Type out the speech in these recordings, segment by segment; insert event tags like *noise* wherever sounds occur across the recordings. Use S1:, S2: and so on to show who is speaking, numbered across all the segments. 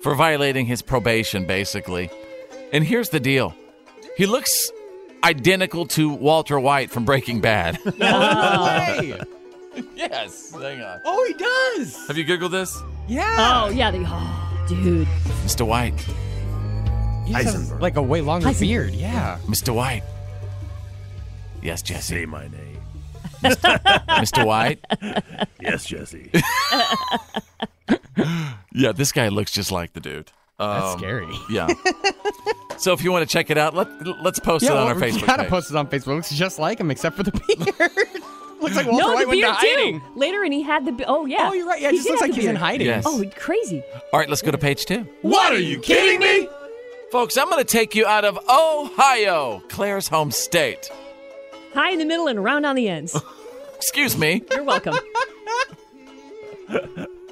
S1: for violating his probation, basically. And here's the deal: he looks identical to Walter White from Breaking Bad.
S2: Hey.
S1: yes, hang on.
S2: Oh, he does.
S1: Have you Googled this?
S2: Yeah.
S3: Oh *laughs* yeah, the, oh, dude.
S1: Mr. White.
S2: he just has, like a way longer
S3: Heisenberg.
S2: beard. Yeah.
S1: Mr. White. Yes, Jesse. *laughs*
S4: Say my name.
S1: Mr. White.
S4: Yes, Jesse.
S1: *laughs* Yeah, this guy looks just like the dude.
S2: That's
S1: Um,
S2: scary.
S1: Yeah. so if you want to check it out, let
S2: *laughs*
S1: let's post it on our
S2: we
S1: Facebook
S2: gotta
S1: page.
S2: post it on Facebook. Looks just like him, except for the beard. looks like Walter
S3: no, the
S2: White went to
S3: beard
S2: hiding.
S3: too. Later, and he had the. Be- oh yeah.
S2: *laughs* Oh, you're right. Yeah, it
S3: He
S2: just
S3: did
S2: looks
S3: have
S2: like
S3: the
S2: he's in
S3: beard.
S2: hiding.
S1: Yes.
S3: Oh, crazy.
S1: All right, let's go to page two.
S2: What are you kidding me?
S1: Folks, I'm going to take you out of Ohio, Claire's home state.
S3: High in the middle and round on the
S2: *laughs*
S3: ends.
S1: Excuse me.
S3: You're welcome.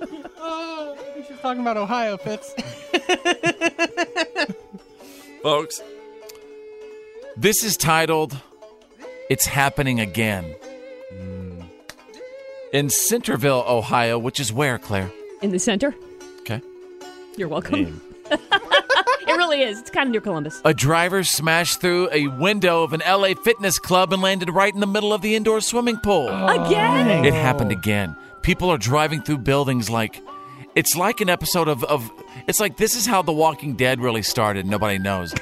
S2: She's talking about Ohio, *laughs* Fitz.
S1: folks. This is titled It's Happening Again. In Centerville, Ohio, which is where, Claire?
S3: in the center.
S1: Okay.
S3: You're welcome. *laughs* It really is. It's kind of near Columbus.
S1: A driver smashed through a window of an LA fitness club and landed right in the middle of the indoor swimming pool.
S3: Again.
S1: It happened again. People are driving through buildings like it's like an episode of, of it's like this is how The Walking Dead really started. Nobody knows.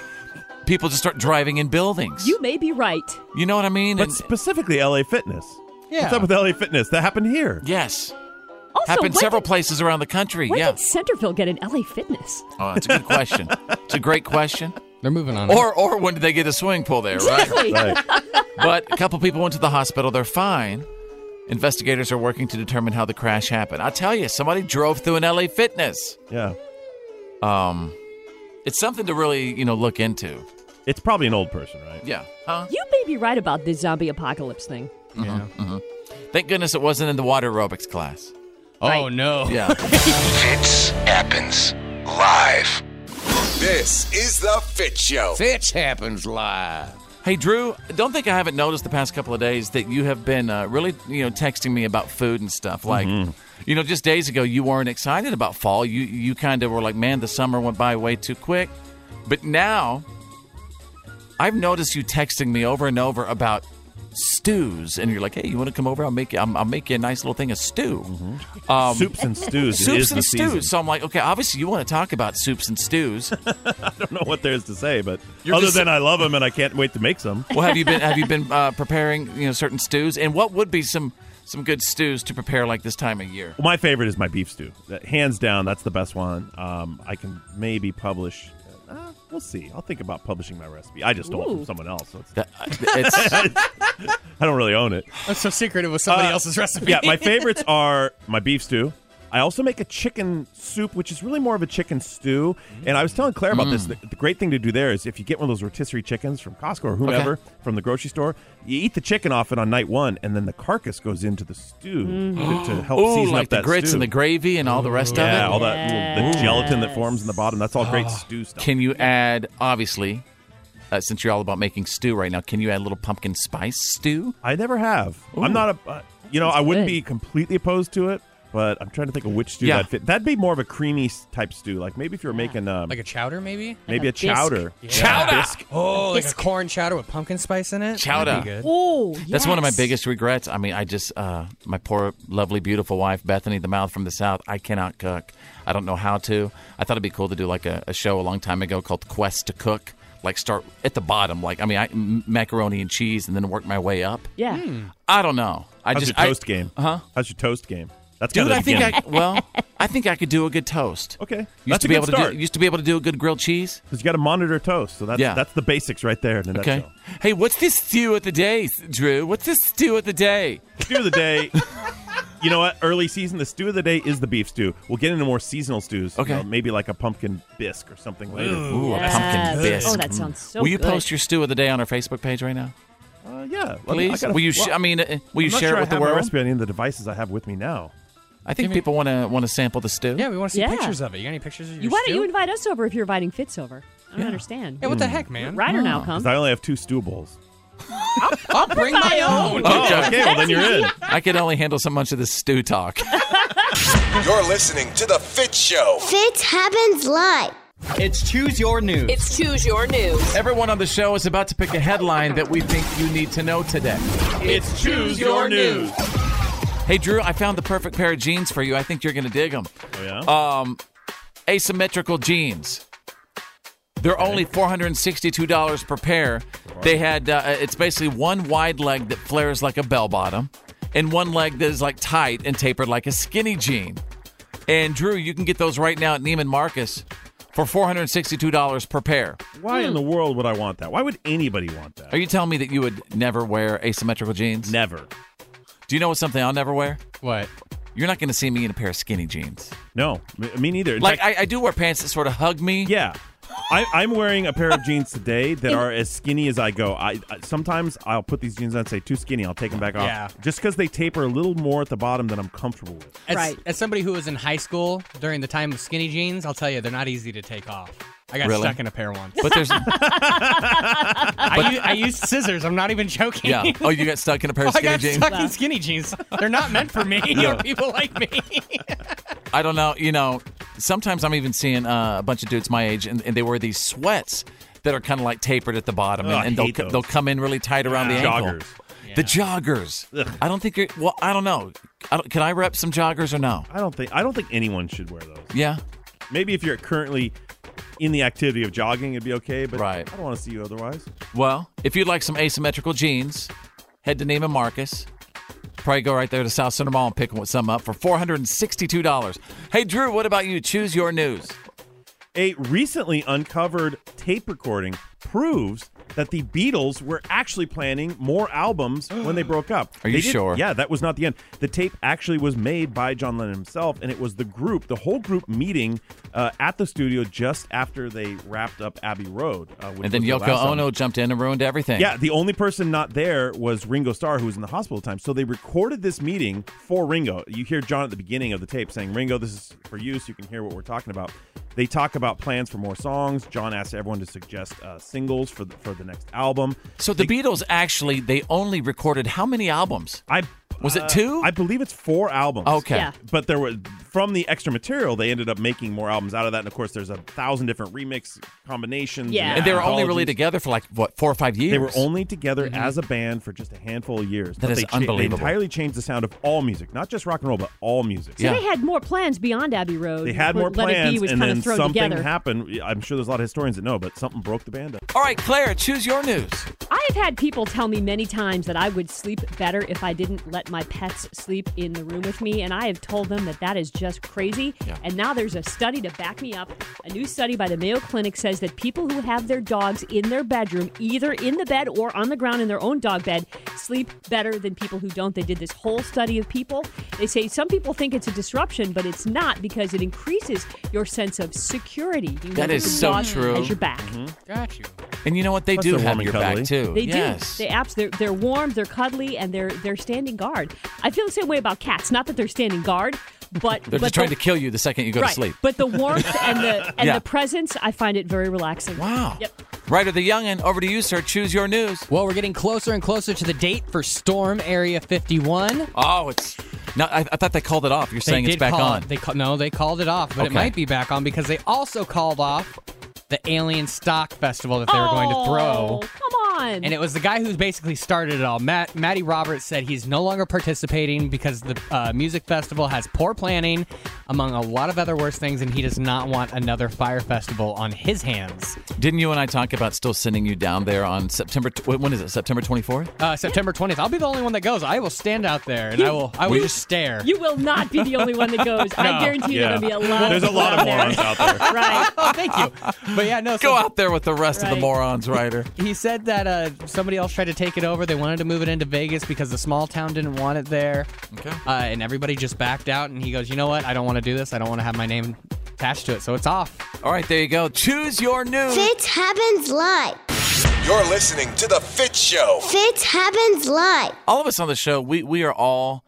S1: People just start driving in buildings.
S3: You may be right.
S1: You know what I mean?
S4: but
S1: And-
S4: specifically, LA Fitness.
S2: Yeah.
S4: What's up with LA Fitness? That happened here.
S1: yes.
S3: Also,
S1: happened
S3: when
S1: several
S3: did,
S1: places around the country.
S3: when
S1: yeah.
S3: did Centerville get an LA Fitness?
S1: Oh, that's a good question. it's a great question.
S2: They're moving on.
S1: Or or when did they get a swimming pool there, right?
S3: Exactly.
S2: *laughs*
S4: Right.
S1: but a couple people went to the hospital. They're fine. Investigators are working to determine how the crash happened. I tell you, somebody drove through an LA Fitness.
S4: yeah.
S1: Um, it's something to really you know look into.
S4: It's probably an old person, right?
S1: Yeah. Huh?
S3: You may be right about the zombie apocalypse thing.
S2: Yeah.
S1: Mm-hmm, Thank goodness it wasn't in the water aerobics class.
S2: Oh no. *laughs*
S1: Yeah.
S5: Fitz happens live. This is the Fit Show.
S6: Fitch happens live.
S1: Hey Drew, don't think I haven't noticed the past couple of days that you have been uh, really, you know, texting me about food and stuff. Like,
S4: Mm-hmm.
S1: you know, just days ago you weren't excited about fall. You you kind of were like, man, the summer went by way too quick. But now, I've noticed you texting me over and over about stews, and you're like, hey, you want to come over? I'll make you, I'll, I'll make you a nice little thing of stew.
S4: Mm-hmm.
S1: Um,
S4: soups and stews. it is
S1: Soups and
S4: the
S1: stews.
S4: Season.
S1: So I'm like, okay, obviously you want to talk about soups and stews.
S4: I don't know what there is to say, but
S1: You're
S4: other
S1: just-
S4: than I love them and I can't wait to make some.
S1: Well, have you been have you been uh, preparing you know certain stews, and what would be some some good stews to prepare like this time of year?
S4: My favorite is my beef stew. That- hands down, that's the best one. Um, I can maybe publish. Uh, we'll see. I'll think about publishing my recipe. I just stole it
S3: Ooh.
S4: from someone else. So it's,
S1: That, it's
S4: *laughs* I don't really own it.
S2: I'm so secretive with somebody
S4: Uh,
S2: else's recipe.
S4: Yeah, my
S1: *laughs*
S4: favorites are my beef stew. I also make a chicken soup, which is really more of a chicken stew. And I was telling Claire about this. The,
S1: Mm.
S4: the great thing to do there is if you get one of those rotisserie chickens from Costco or whomever from the grocery store, you eat the chicken off it on night one, and then the carcass goes into the stew to, to help
S1: Mm-hmm. ooh,
S4: season
S1: like
S4: up that
S1: the grits
S4: stew.
S1: and the gravy and all the rest
S4: yeah,
S1: of it. Ah.
S4: all that little, the gelatin that
S3: Yes.
S4: forms in the bottom. That's all great stew stuff.
S1: Can you add obviously? Uh, since you're all about making stew right now, can you add a little pumpkin spice stew?
S4: I never have. I'm not a. Uh, you know, I wouldn't
S3: good.
S4: be completely opposed to it, but I'm trying to think of which stew
S1: Yeah.
S4: that fit. That'd be more of a creamy s- type stew. Like maybe if you were making
S2: *laughs*
S4: um,
S2: like a chowder, maybe.
S4: maybe
S3: a
S4: a chowder.
S1: Chowder!
S4: Bisque.
S2: Oh, like a
S3: Bisque.
S2: corn chowder with pumpkin spice in it.
S1: Chowder.
S2: That'd be good.
S3: Oh,
S1: That's one of my
S3: yes.
S1: biggest regrets. I mean, I just uh, my poor, lovely, beautiful wife, Bethany, the mouth from the south. I cannot cook. I don't know how to. I thought it'd be cool to do like a, a show a long time ago called Quest to Cook. Like start at the bottom. Like I mean, I m macaroni and cheese, and then work my way up.
S3: Yeah.
S4: Hmm.
S1: I don't know. I
S4: How's
S1: just
S4: your toast
S1: I,
S4: game?
S1: Huh?
S4: How's your toast game? That's
S1: Dude,
S4: gotta
S1: I think
S4: begin.
S1: I well, I think I could do a good toast.
S4: Okay.
S1: Used
S4: That's
S1: to
S4: a
S1: be
S4: good
S1: able to
S4: start.
S1: do, used to be able to do a good grilled cheese.
S4: because you got to monitor toast. So that's
S1: Yeah.
S4: that's the basics right there. In a
S1: Okay.
S4: nutshell.
S1: Hey, what's this stew of the day, Drew? What's this stew of the day?
S4: Stew of the day. You know what? Early season, the stew of the day is the beef stew. We'll get into more seasonal stews. you
S1: Okay.
S4: know, maybe like a pumpkin bisque or something later.
S1: Ooh,
S3: Yes.
S1: a pumpkin bisque.
S3: Oh, that sounds so
S1: Will you
S3: good.
S1: post your stew of the day on our Facebook page right now?
S4: Uh, yeah. Let me- I
S1: Please.
S4: gotta-
S1: will you? Sh-
S4: well,
S1: I mean, uh, will you
S4: I'm not
S1: share
S4: sure
S1: it with
S4: I
S1: the
S4: have my
S1: world?
S4: recipe on any of the devices I have with me now.
S1: I think people want to want to sample the stew.
S2: Yeah, we want to see
S3: Yeah.
S2: pictures of it. You got any pictures of your
S3: You, why don't
S2: stew?
S3: you invite us over if you're inviting Fitz over? I don't understand.
S2: yeah, what the heck, man?
S3: Ryder
S1: Ah.
S3: now
S4: Because
S3: comes.
S4: I only have two stew bowls.
S2: I'll bring my own.
S4: Oh,
S2: *laughs*
S4: okay. Well, then you're in.
S1: I could only handle so much of this stew talk.
S5: *laughs* You're listening to the Fit Show.
S7: Fitz happens live.
S8: It's Choose Your News.
S9: It's choose your news.
S1: Everyone on the show is about to pick a headline that we think you need to know today.
S4: It's choose your news.
S1: Hey, Drew, I found the perfect pair of jeans for you. Um, I think you're going to dig them.
S4: Oh, yeah.
S1: Asymmetrical jeans. They're only $462 per pair. They had, uh, it's basically one wide leg that flares like a bell bottom and one leg that is like tight and tapered like a skinny jean. And Drew, you can get those right now at Neiman Marcus for $462 per pair.
S4: Why in the world would I want that? Why would anybody want that?
S1: Are you telling me that you would never wear asymmetrical jeans?
S4: Never.
S1: Do you know what's something I'll never wear?
S2: What?
S1: You're not going to see me in a pair of skinny jeans.
S4: No, me me neither. In
S1: Like,
S4: fact,
S1: I, I do wear pants that sort of hug me.
S4: yeah. I, I'm wearing a pair of jeans
S1: *laughs*
S4: today that are as skinny as I go. I, I sometimes I'll put these jeans on and say too skinny. I'll take them back off.
S2: Yeah.
S4: Just because they taper a little more at the bottom than I'm comfortable with.
S2: As,
S3: Right.
S2: As somebody who was in high school during the time of skinny jeans, I'll tell you they're not easy to take off. I got
S1: Really?
S2: stuck in a pair once.
S1: But there's,
S2: *laughs* I, u- I used scissors. I'm not even joking.
S1: yeah. Oh, you got stuck in a pair
S2: *laughs*
S1: of
S2: I
S1: skinny
S2: got
S1: jeans?
S2: stuck in skinny jeans. They're not meant for
S1: *laughs*
S2: me or people like me.
S1: I don't know. You know, sometimes I'm even seeing uh, a bunch of dudes my age, and, and they wear these sweats that are kind of like tapered at the bottom,
S4: Ugh,
S1: and,
S4: Oh, I
S1: and they'll
S4: hate those.
S1: they'll come in really tight around the ankle.
S4: Joggers.
S1: The joggers.
S4: Ugh.
S1: I don't think you're. Well, I don't know. I don't, can I rep some joggers or no?
S4: I don't think I don't think anyone should wear those.
S1: Yeah.
S4: Maybe if you're currently in the activity of jogging, it'd be okay. But
S1: Right.
S4: I don't want to see you otherwise.
S1: Well, if you'd like some asymmetrical jeans, head to Neiman Marcus. Probably go right there to South Center Mall and pick some up for four hundred and sixty-two dollars. Hey, Drew, what about you? Choose your news.
S4: A recently uncovered tape recording proves that the Beatles were actually planning more albums when
S1: *gasps*
S4: they broke up.
S1: Are you
S4: They did-
S1: sure?
S4: Yeah, that was not the end. The tape actually was made by John Lennon himself, and it was the group, the whole group meeting uh, at the studio just after they wrapped up Abbey Road. Uh, which
S1: And then
S4: was their
S1: Yoko
S4: last album.
S1: Ono jumped in and ruined everything.
S4: Yeah, the only person not there was Ringo Starr, who was in the hospital at the time. So they recorded this meeting for Ringo. You hear John at the beginning of the tape saying, Ringo, this is for you, so you can hear what we're talking about. They talk about plans for more songs. John asks everyone to suggest uh, singles for the, for the next album.
S1: So the Beatles actually they only recorded how many albums?
S4: I uh,
S1: Was it two?
S4: I believe it's four albums.
S1: Okay.
S3: Yeah.
S4: But there were from the extra material, they ended up making more albums out of that. And of course, there's a thousand different remix combinations.
S3: Yeah.
S1: And they were only really
S4: anthologies.
S1: together for like what four or five years. Mm-hmm.
S4: They were only together as a band for just a handful of years.
S1: That
S4: But
S1: is
S4: they cha-
S1: unbelievable.
S4: They entirely changed the sound of all music, not just rock and roll, but all music.
S1: Yeah.
S3: They had more plans beyond Abbey Road.
S4: They had more
S3: Let It Be
S4: plans,
S3: was
S4: and
S3: kind
S4: then
S3: of thrown
S4: something
S3: together.
S4: happened. I'm sure there's a lot of historians that know, but something broke the band up.
S1: All right, Claire, choose your news.
S3: I have had people tell me many times that I would sleep better if I didn't let my pets sleep in the room with me, and I have told them that that is just crazy. And now there's a study to back me up. A new study by the Mayo Clinic says that people who have their dogs in their bedroom, either in the bed or on the ground in their own dog bed, sleep better than people who don't. They did this whole study of people. They say some people think it's a disruption, but it's not because it increases your sense of security. You know
S1: That is
S3: the
S1: so
S3: dog
S1: true. Mm-hmm.
S3: Has your back.
S2: Got you.
S1: And you know what? They
S4: Mm-hmm. Plus
S1: do
S4: they're
S1: have
S4: warm and
S1: your
S4: cuddly.
S1: back too.
S3: They
S1: yes.
S3: do. They apps. They're they're warm. They're cuddly, and they're they're standing guard. I feel the same way about cats. Not that they're standing guard, but
S1: They're
S3: but
S1: just trying
S3: the-
S1: to kill you the second you go
S3: right.
S1: to sleep.
S3: But the warmth and
S1: *laughs*
S3: the and
S1: Yeah.
S3: the presence, I find it very relaxing.
S1: Wow.
S3: Yep.
S1: Ryder the Youngin, over to you, sir. Choose your news.
S2: Well, we're getting closer and closer to the date for Storm Area 51.
S1: Oh, it's no. I, I thought they called it off. You're
S2: They
S1: saying it's
S2: did
S1: back
S2: call
S1: on.
S2: It. They ca- no, they called it off, but it
S1: Okay.
S2: might be back on because they also called off the Alien Stock Festival that they were going to
S3: Oh,
S2: throw.
S3: Come on.
S2: And it was the guy who basically started it all. Matt Matty Roberts said he's no longer participating because the uh, music festival has poor planning, among a lot of other worse things, and he does not want another fire festival on his hands.
S1: Didn't you and I talk about still sending you down there on September? Tw- when is it? September 24th.
S2: Uh, September twentieth, I'll be the only one that goes. I will stand out there and I will I will
S1: We-
S2: just stare.
S3: you will not be the only one that goes.
S1: *laughs*
S3: I guarantee you there'll be a lot.
S4: There's
S3: of
S4: a lot of
S3: people out
S4: morons out there.
S3: there. *laughs* right.
S2: *laughs* oh, thank you. But yeah, no. So
S1: Go out there with the rest of the
S3: Right.
S2: *laughs*
S1: morons, Ryder.
S2: He said that uh, somebody else tried to take it over. They wanted to move it into Vegas because the small town didn't want it there.
S1: Okay.
S2: Uh, and everybody just backed out. And he goes, you know what? I don't want to do this. I don't want to have my name attached to it. So it's off.
S1: All right, there you go. Choose your news.
S7: Fitz happens live.
S5: You're listening to The Fit Show.
S7: Fitz happens live.
S1: all of us on the show, we we are all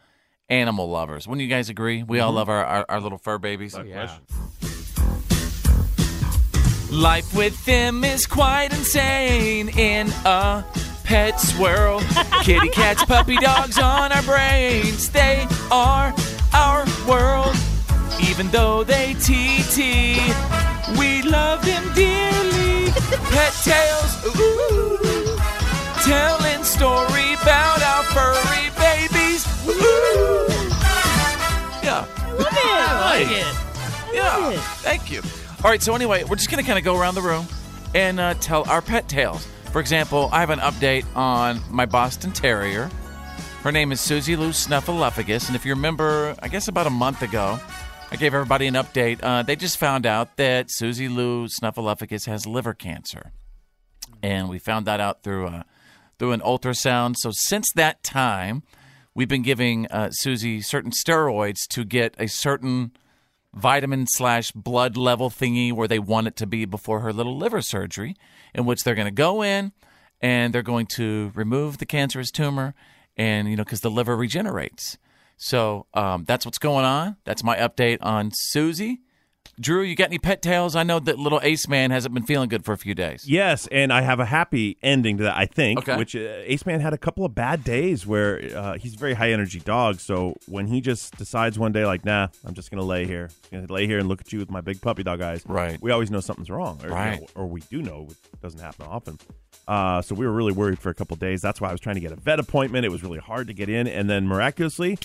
S1: animal lovers. Wouldn't you guys agree? We
S2: Mm-hmm.
S1: all love our, our, our little fur babies.
S2: Oh,
S1: Life with them is quite insane in a pet's world. Kitty cats, puppy dogs on our brains. They are our world. Even though they TT, we love them dearly. Pet tales, ooh, telling story about our furry babies. Ooh. Yeah. I like it. Yeah. Thank you. All right. So anyway, we're just gonna kind of go around the room and uh, tell our pet tales. For example, I have an update on my Boston Terrier. Her name is Susie Lou Snuffleupagus, and if you remember, I guess about a month ago, I gave everybody an update. Uh, they just found out that Susie Lou Snuffleupagus has liver cancer, and we found that out through a, through an ultrasound. So since that time, we've been giving uh, Susie certain steroids to get a certain vitamin slash blood level thingy where they want it to be before her little liver surgery, in which they're going to go in and they're going to remove the cancerous tumor, and you know because the liver regenerates. So um, that's what's going on. That's my update on Susie. Drew, you got any pet tales? I know that little Ace Man hasn't been feeling good for a few days.
S4: Yes, and I have a happy ending to that. I think,
S1: Okay.
S4: which uh, Ace Man had a couple of bad days where uh, he's a very high energy dog. So when he just decides one day, like, nah, I'm just gonna lay here, gonna lay here and look at you with my big puppy dog eyes.
S1: Right.
S4: We always know something's wrong, or, you know,
S1: Right.
S4: or we do know, which doesn't happen often. Uh, so we were really worried for a couple of days. That's why I was trying to get a vet appointment. It was really hard to get in, and then miraculously,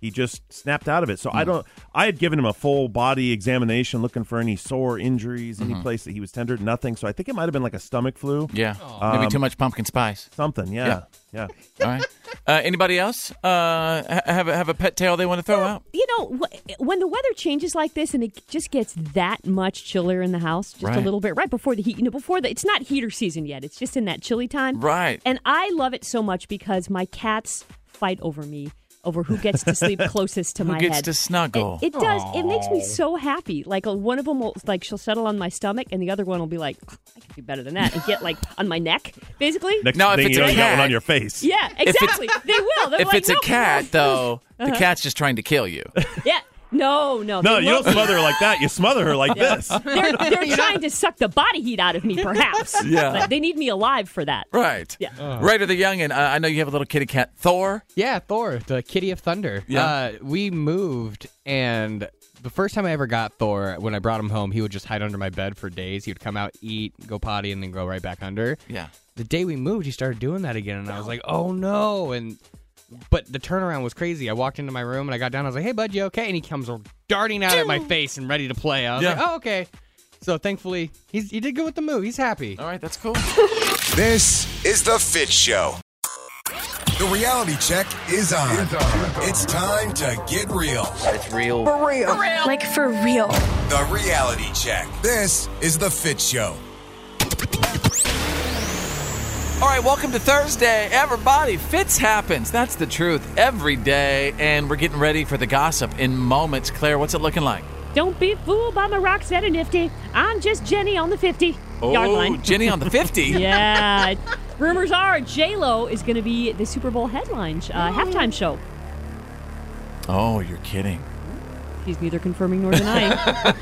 S4: he just snapped out of it. So
S1: Hmm.
S4: I don't. I had given him a full body examination, looking for any sore injuries, any place that he was tendered, nothing. So I think it might have been like a stomach flu.
S1: Mm-hmm. Yeah, maybe
S4: Um,
S1: too much pumpkin spice.
S4: Something. Yeah. Yeah.
S1: All right. Uh, anybody else uh, ha- have a, have a pet tail they want to throw out?
S3: You know, wh- when the weather changes like this and it just gets that much chiller in the house, just a
S1: Right.
S3: little bit, right before the heat, you know, before the, it's not heater season yet. It's just in that chilly time.
S1: Right.
S3: And I love it so much because my cats fight over me over who gets to
S1: *laughs*
S3: sleep closest to
S1: Who
S3: my
S1: gets
S3: head.
S1: to snuggle?
S3: It does. It makes me so happy. Like uh, one of them will, like she'll settle on my stomach, and the other one will be like, I can do better than that, and get like on my neck, basically.
S4: Next
S1: Now, if
S4: thing
S1: it's
S4: you know,
S1: a
S4: you got one
S1: cat-
S4: on your face.
S3: Yeah,
S1: If it's-
S3: exactly. they will. They're
S1: if
S3: like,
S1: it's a
S3: "No."
S1: cat, though,
S3: *laughs*
S1: the cat's just trying to kill you.
S3: Yeah. Uh-huh. *laughs* No, no.
S4: No,
S3: they
S4: you don't
S3: *laughs* won't be.
S4: smother her like that. You smother
S3: *laughs*
S4: her like this.
S3: They're,
S4: *laughs*
S3: they're trying to suck the body heat out of me, perhaps.
S1: *laughs* Yeah.
S3: But they need me alive for that.
S1: Right.
S3: Yeah.
S4: Oh.
S1: Raider the Youngin, uh, I know you have a little kitty cat, Thor.
S2: Yeah, Thor, the Kitty of Thunder.
S1: Yeah.
S2: Uh, we moved, and the first time I ever got Thor, when I brought him home, he would just hide under my bed for days. He would come out, eat, go potty, and then go right back under.
S1: Yeah.
S2: The day we moved, he started doing that again, and I was like, oh no. And but the turnaround was crazy. I walked into my room and I got down. I was like, "Hey, bud, you okay?" And he comes darting out at my face and ready to play. I was
S1: Yeah.
S2: like, "Oh, okay." So thankfully, he's, he did good with the move. He's happy.
S1: All right, that's cool.
S5: This is The Fit Show. The reality check is on. It's time to get real.
S9: Like for real.
S5: The reality check. This is The Fit Show.
S1: All right, welcome to Thursday, everybody. Fits happens. That's the truth every day, and we're getting ready for the gossip in moments. Claire, what's it looking like?
S3: Don't be fooled by my rocks that are nifty. I'm just Jenny on the 50 yard
S1: Oh,
S3: line.
S1: Jenny on the *laughs*
S3: *laughs*
S1: 50.
S3: yeah. Rumors are J Lo is going to be the Super Bowl headline uh, halftime show.
S1: Oh, you're kidding.
S3: She's neither confirming nor
S1: *laughs*
S3: denying.
S1: All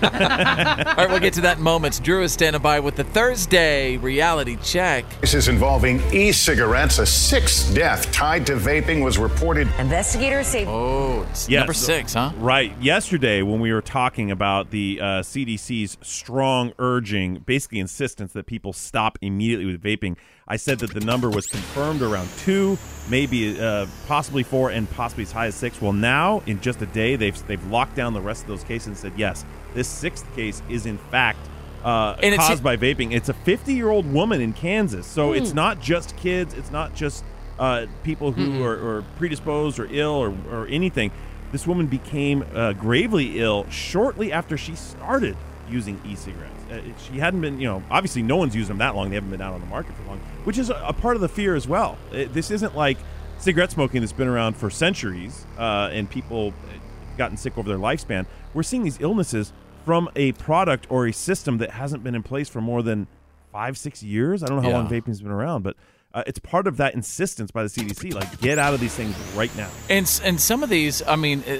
S1: right, we'll get to that in moments. Drew is standing by with the Thursday reality check.
S10: Cases involving e cigarettes. A sixth death tied to vaping was reported.
S11: Investigators say
S1: Oh, it's
S4: Yes.
S1: number six, huh?
S4: Right. Yesterday, when we were talking about the uh, CDC's strong urging, basically insistence that people stop immediately with vaping, I said that the number was confirmed around two, maybe uh, possibly four, and possibly as high as six. Well, now in just a day, they've they've locked down the rest of those cases and said yes, this sixth case is in fact. Uh,
S1: And it's-
S4: caused by vaping. It's a 50 year old woman in Kansas. So
S1: Hmm.
S4: it's not just kids. It's not just uh, people who are, are predisposed or ill or, or anything. This woman became uh, gravely ill shortly after she started using e cigarettes. Uh, she hadn't been, you know, obviously no one's used them that long. They haven't been out on the market for long, which is a, a part of the fear as well. Uh, this isn't like cigarette smoking that's been around for centuries uh, and people uh, gotten sick over their lifespan. We're seeing these illnesses from a product or a system that hasn't been in place for more than five, six years. I don't know how
S1: Yeah.
S4: long vaping's been around, but uh, it's part of that insistence by the CDC. Like, get out of these things right now.
S1: And s- and some of these, I mean, uh,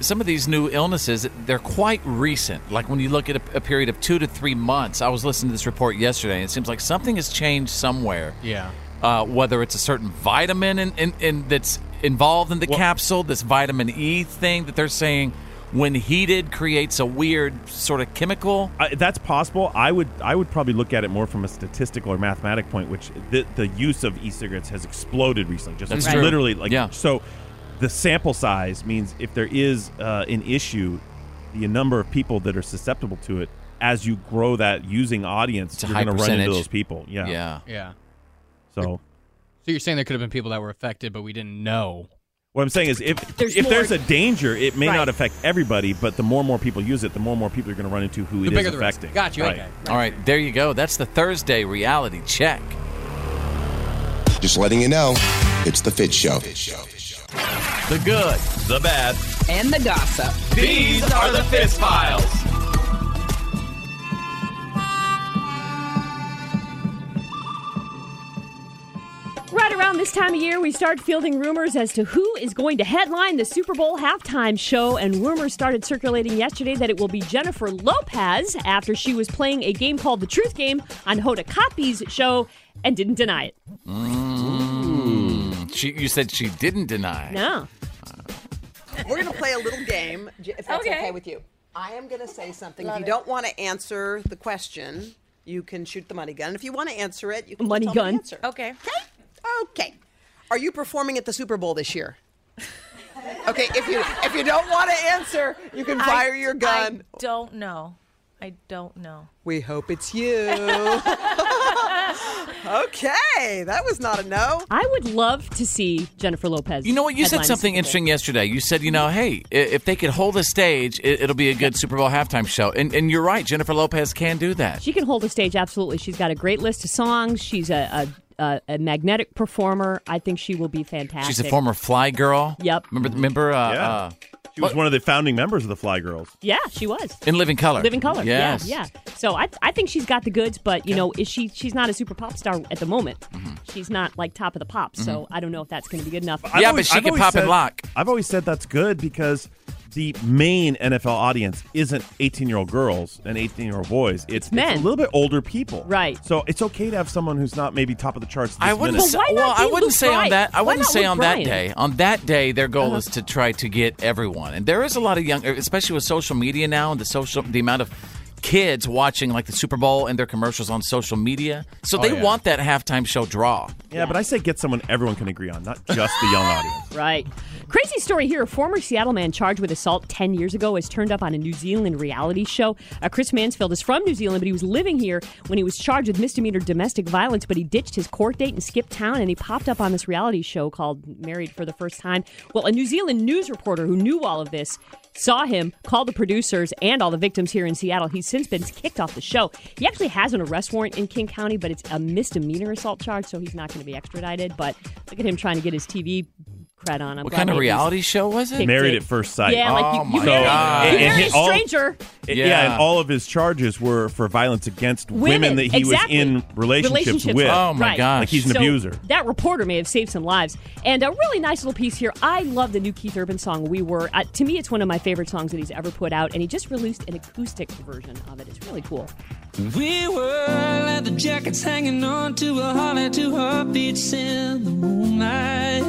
S1: some of these new illnesses, they're quite recent. Like when you look at a, a period of two to three months. I was listening to this report yesterday, and it seems like something has changed somewhere.
S2: Yeah.
S1: Uh, whether it's a certain vitamin in, in, in that's involved in the capsule, this vitamin E thing that they're saying, when heated, creates a weird sort of chemical.
S4: I, that's possible. I would I would probably look at it more from a statistical or mathematic point, which the, the use of e-cigarettes has exploded recently. Just
S1: That's
S4: like
S1: true.
S4: literally, like
S1: Yeah.
S4: So, the sample size means if there is uh, an issue, the number of people that are susceptible to it as you grow that using audience,
S1: a
S4: you're
S1: high
S4: going to run into
S1: percentage.
S4: those people. Yeah.
S1: Yeah.
S2: Yeah.
S4: So
S2: So you're saying there could have been people that were affected, but we didn't know.
S4: what I'm saying is, if
S2: There's
S4: if there's
S2: more-
S4: a danger, it may
S2: Right.
S4: not affect everybody, but the more and more people use it, the more and more people you're going to run into who it is affecting. Right.
S1: All right, there you go. That's the Thursday reality check.
S5: Just letting you know, it's the Fit Show.
S1: The good,
S11: the bad,
S12: And the gossip.
S11: These are the Fist Files.
S3: Right around this time of year, we start fielding rumors as to who is going to headline the Super Bowl halftime show, and rumors started circulating yesterday that it will be Jennifer Lopez after she was playing a game called The Truth Game on Hoda Kotb's show and didn't deny it.
S1: Mm. She, you said she didn't deny.
S3: No.
S1: Uh.
S13: We're going to play a little game, j- if that's okay, with you. I am going to say something.
S14: Love
S13: if you
S14: it.
S13: don't want to answer the question, you can shoot the money gun. If you want to answer it, you can
S3: Money
S13: just tell me
S3: gun.
S13: the answer. Okay. Okay. Okay. Are you performing at the Super Bowl this *laughs* year? okay. If you if you don't want to answer, you can fire your gun.
S15: I don't know. I don't know.
S13: We hope it's you. *laughs* okay. That was not a no.
S3: I would love to see Jennifer Lopez.
S1: You know what? You
S3: headline the
S1: said something
S3: Super Bowl.
S1: interesting yesterday. You said, you know, hey, i- if they could hold a stage, it, it'll be a good Super Bowl halftime show. And, and you're right. Jennifer Lopez can do that.
S3: She can hold a stage, absolutely. She's got a great list of songs. She's a, a, a, a magnetic performer. I think she will be fantastic.
S1: She's a former Fly Girl.
S3: Yep.
S1: Remember? Remember? Uh,
S4: Yeah.
S1: uh,
S4: She was one of the founding members of the Fly Girls.
S3: Yeah, she was.
S1: In Living Color.
S3: Living Color.
S1: Yes.
S3: Yeah, yeah. So I, I think she's got the goods, but you know, is she? She's not a super pop star at the moment.
S1: Mm-hmm.
S3: She's not like top of the pop, so I don't know if that's going to be good enough.
S4: I've always- I've always said- I've always said that's good because the main NFL audience isn't 18 year old girls and 18 year old boys. It's, it's
S3: men.
S4: a little bit older people.
S3: Right.
S4: So it's okay to have someone who's not maybe top of the charts. This
S1: I wouldn't.
S4: minute.
S1: Say, well, I wouldn't say on that. I wouldn't say on that day. On that day, their goal
S4: Uh-huh.
S1: is to try to get everyone. And there is a lot of young, especially with social media now, and the social, the amount of kids watching like the Super Bowl and their commercials on social media. So
S4: Oh,
S1: they
S4: yeah.
S1: want that halftime show draw.
S4: Yeah, but I say get someone everyone can agree on, not just the young audience.
S3: Right. Crazy story here. A former Seattle man charged with assault 10 years ago was turned up on a New Zealand reality show. Uh, Chris Mansfield is from New Zealand, but he was living here when he was charged with misdemeanor domestic violence, but he ditched his court date and skipped town, and he popped up on this reality show called Married for the First Time. Well, a New Zealand news reporter who knew all of this saw him, called the producers and all the victims here in Seattle. He's since been kicked off the show. He actually has an arrest warrant in King County, but it's a misdemeanor assault charge, so he's not going to be extradited. But look at him trying to get his TV cred on. I'm
S1: What
S3: glad
S1: kind of
S3: that he's-
S1: reality show was it?
S3: Kicked
S4: Married
S3: it.
S4: at first sight.
S3: Yeah, like you-
S1: Oh,
S3: you,
S1: my
S3: marry,
S1: God.
S3: you
S4: And- and
S3: marry a
S4: hit all-
S3: stranger.
S4: Yeah.
S1: Yeah.
S4: and all of his charges were for violence against women,
S3: Women,
S4: that he
S3: exactly.
S4: was in relationships, with.
S1: Oh, my
S3: Right.
S1: gosh.
S4: Like he's an
S3: So
S4: abuser.
S3: That reporter may have saved some lives. And a really nice little piece here. I love the new Keith Urban song, We Were. Uh, to me, it's one of my favorite songs that he's ever put out. And he just released an acoustic version of it. It's really cool.
S11: We were leather jackets hanging on to a holly, two heartbeats in the moonlight.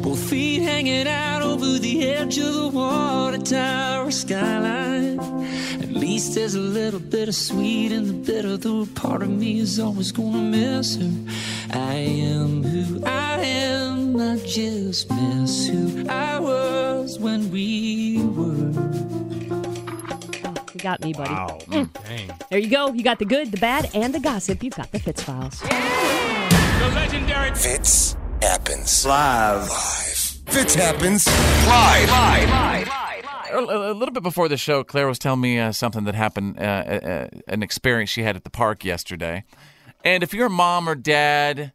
S11: Both feet hanging out over the edge of the water tower skyline. At least there's a little bit of sweet in the bitter, though a part of me is always gonna miss her. I am who I am, I just miss who I was when we were.
S3: You got me, buddy.
S11: Wow.
S3: Mm. There you go. You got the good, the bad, and the gossip. You've got the Fitz Files.
S11: The legendary
S5: Fits happens live. Live. Fits happens live.
S11: Live. Live.
S1: A, a- a little bit before the show, Claire was telling me uh, something that happened, uh, uh, uh, an experience she had at the park yesterday. And if you're a mom or dad,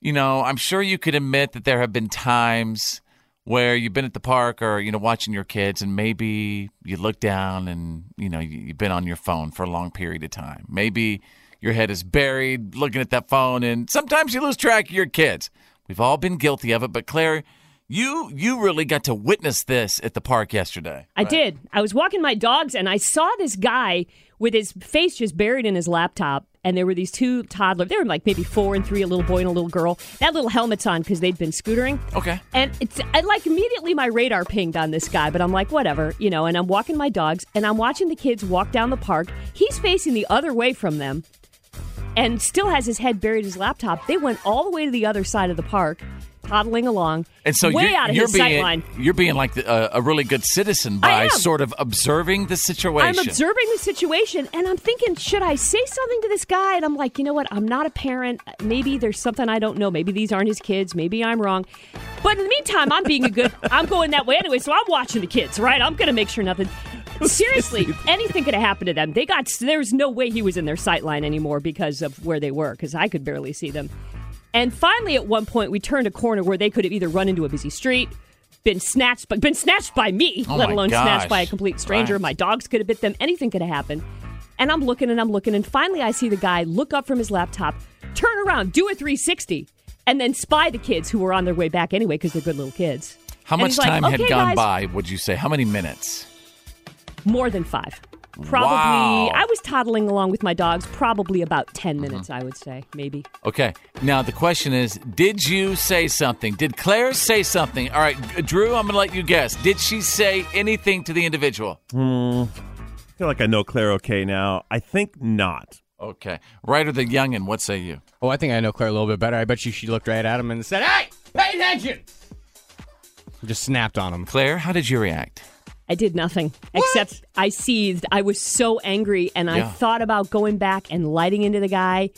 S1: you know, I'm sure you could admit that there have been times where you've been at the park or, you know, watching your kids and maybe you look down and, you know, you, you've been on your phone for a long period of time. Maybe your head is buried looking at that phone and sometimes you lose track of your kids. We've all been guilty of it, but Claire, you you really got to witness this at the park yesterday.
S3: I did. I was walking my dogs and I saw this guy with his face just buried in his laptop. And there were these two toddlers. They were like maybe four and three, a little boy and a little girl. That little helmet's on because they'd been scootering.
S1: Okay.
S3: And it's I like immediately my radar pinged on this guy, but I'm like, whatever, you know. And I'm walking my dogs and I'm watching the kids walk down the park. He's facing the other way from them and still has his head buried in his laptop. They went all the way to the other side of the park. toddling along,
S1: And so
S3: way
S1: you're,
S3: out of
S1: you're
S3: his
S1: being
S3: sight line.
S1: you're being like the, uh, a really good citizen by
S3: am.
S1: sort of observing the situation.
S3: I'm observing the situation and I'm thinking, should I say something to this guy? And I'm like, you know what? I'm not a parent. Maybe there's something I don't know. Maybe these aren't his kids. Maybe I'm wrong. But in the meantime, I'm being
S12: *laughs*
S3: a good, I'm going that way anyway. So I'm watching the kids, right? I'm going to make
S12: *laughs*
S3: sure nothing. Seriously, anything could have happened to them. They got, there's no way he was in their sight line anymore because of where they were, because I could barely see them. And finally, at one point, we turned a corner where they could have either run into a busy street, been snatched, but been snatched by me,
S12: Oh
S3: let
S12: my
S3: alone snatched
S12: gosh.
S3: by a complete stranger.
S12: Right.
S3: My dogs could have bit them. Anything could have happened. And I'm looking and I'm looking, and finally, I see the guy look up from his laptop, turn around, do a 360, and then spy the kids who were on their way back anyway because they're good little kids.
S1: How
S3: And
S1: much
S3: he's like,
S1: time had
S3: "Okay,
S1: gone
S3: guys,
S1: by? Would you say? How many minutes?
S3: More than five. Probably,
S1: Wow.
S3: I was toddling along with my dogs, probably about 10 minutes,
S1: Uh-huh.
S3: I would say, maybe.
S1: Okay. Now the question is, did you say something? Did Claire say something? All right, Drew, I'm going to let you guess. Did she say anything to the individual?
S4: Hmm. I feel like I know Claire okay now. I think not.
S1: Okay. Ryder the youngin, what say you?
S2: Oh, I think I know Claire a little bit better. I bet you she looked right at him and said, "Hey, pay attention!" Just snapped on him.
S1: Claire, how did you react?
S3: I did nothing except I seethed. I was so angry and I
S1: Yeah.
S3: thought about going back and lighting into the guy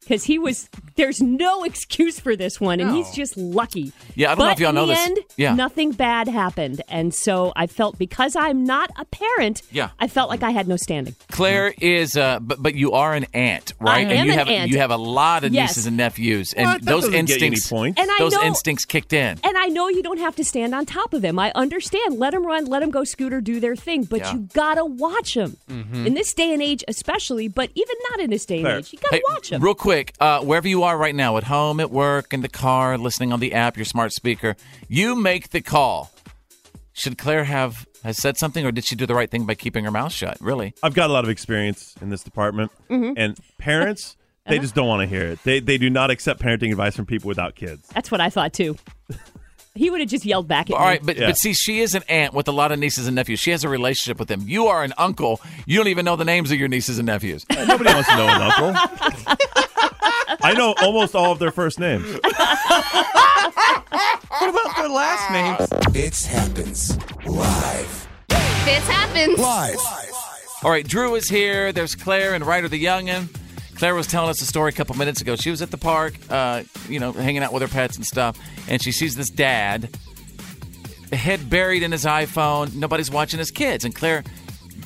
S3: because he was, there's no *laughs* excuse for this one and he's just lucky.
S1: Yeah, I don't know
S3: but
S1: if y'all
S3: in
S1: know
S3: the
S1: this.
S3: End,
S1: Yeah.
S3: Nothing bad happened. And so I felt because I'm not a parent,
S1: Yeah.
S3: I felt like I had no standing.
S1: Claire is, uh, but but you are an aunt, right?
S3: I
S1: and
S3: am
S1: you
S3: an
S1: have
S3: aunt.
S1: you have a lot of
S3: Yes.
S1: nieces and nephews, and
S3: Well, that
S1: those
S3: doesn't get you any
S1: instincts,
S3: points. And I
S1: those
S3: know-
S1: instincts kicked in.
S3: And I know you don't have to stand on top of him. I understand. Let him run, let him go scooter, do their thing, but
S1: Yeah.
S3: you gotta watch him.
S1: Mhm.
S3: In this day and age, especially, but even not in this day and age, you gotta
S1: Hey,
S3: watch him.
S1: Real quick, uh, wherever you are right now, at home, at work, in the car, listening on the app, your smart speaker, you make the call. Should Claire have has said something, or did she do the right thing by keeping her mouth shut? Really?
S4: I've got a lot of experience in this department,
S3: Mhm.
S4: and parents they just don't want to hear it. They they do not accept parenting advice from people without kids.
S3: That's what I thought too. He would have just yelled back at
S1: *laughs* All
S3: me.
S1: right, but but see, she is an aunt with a lot of nieces and nephews. She has a relationship with them. You are an uncle. You don't even know the names of your nieces and nephews.
S4: Nobody wants to know
S9: *laughs*
S4: an uncle. I know almost all of their first names.
S13: What about their last name?
S5: It happens live.
S16: Fits happens.
S5: Live.
S1: All right, Drew is here. There's Claire and Ryder the Youngin. Claire was telling us a story a couple minutes ago. She was at the park, uh, you know, hanging out with her pets and stuff, and she sees this dad, head buried in his iPhone. Nobody's watching his kids. And Claire,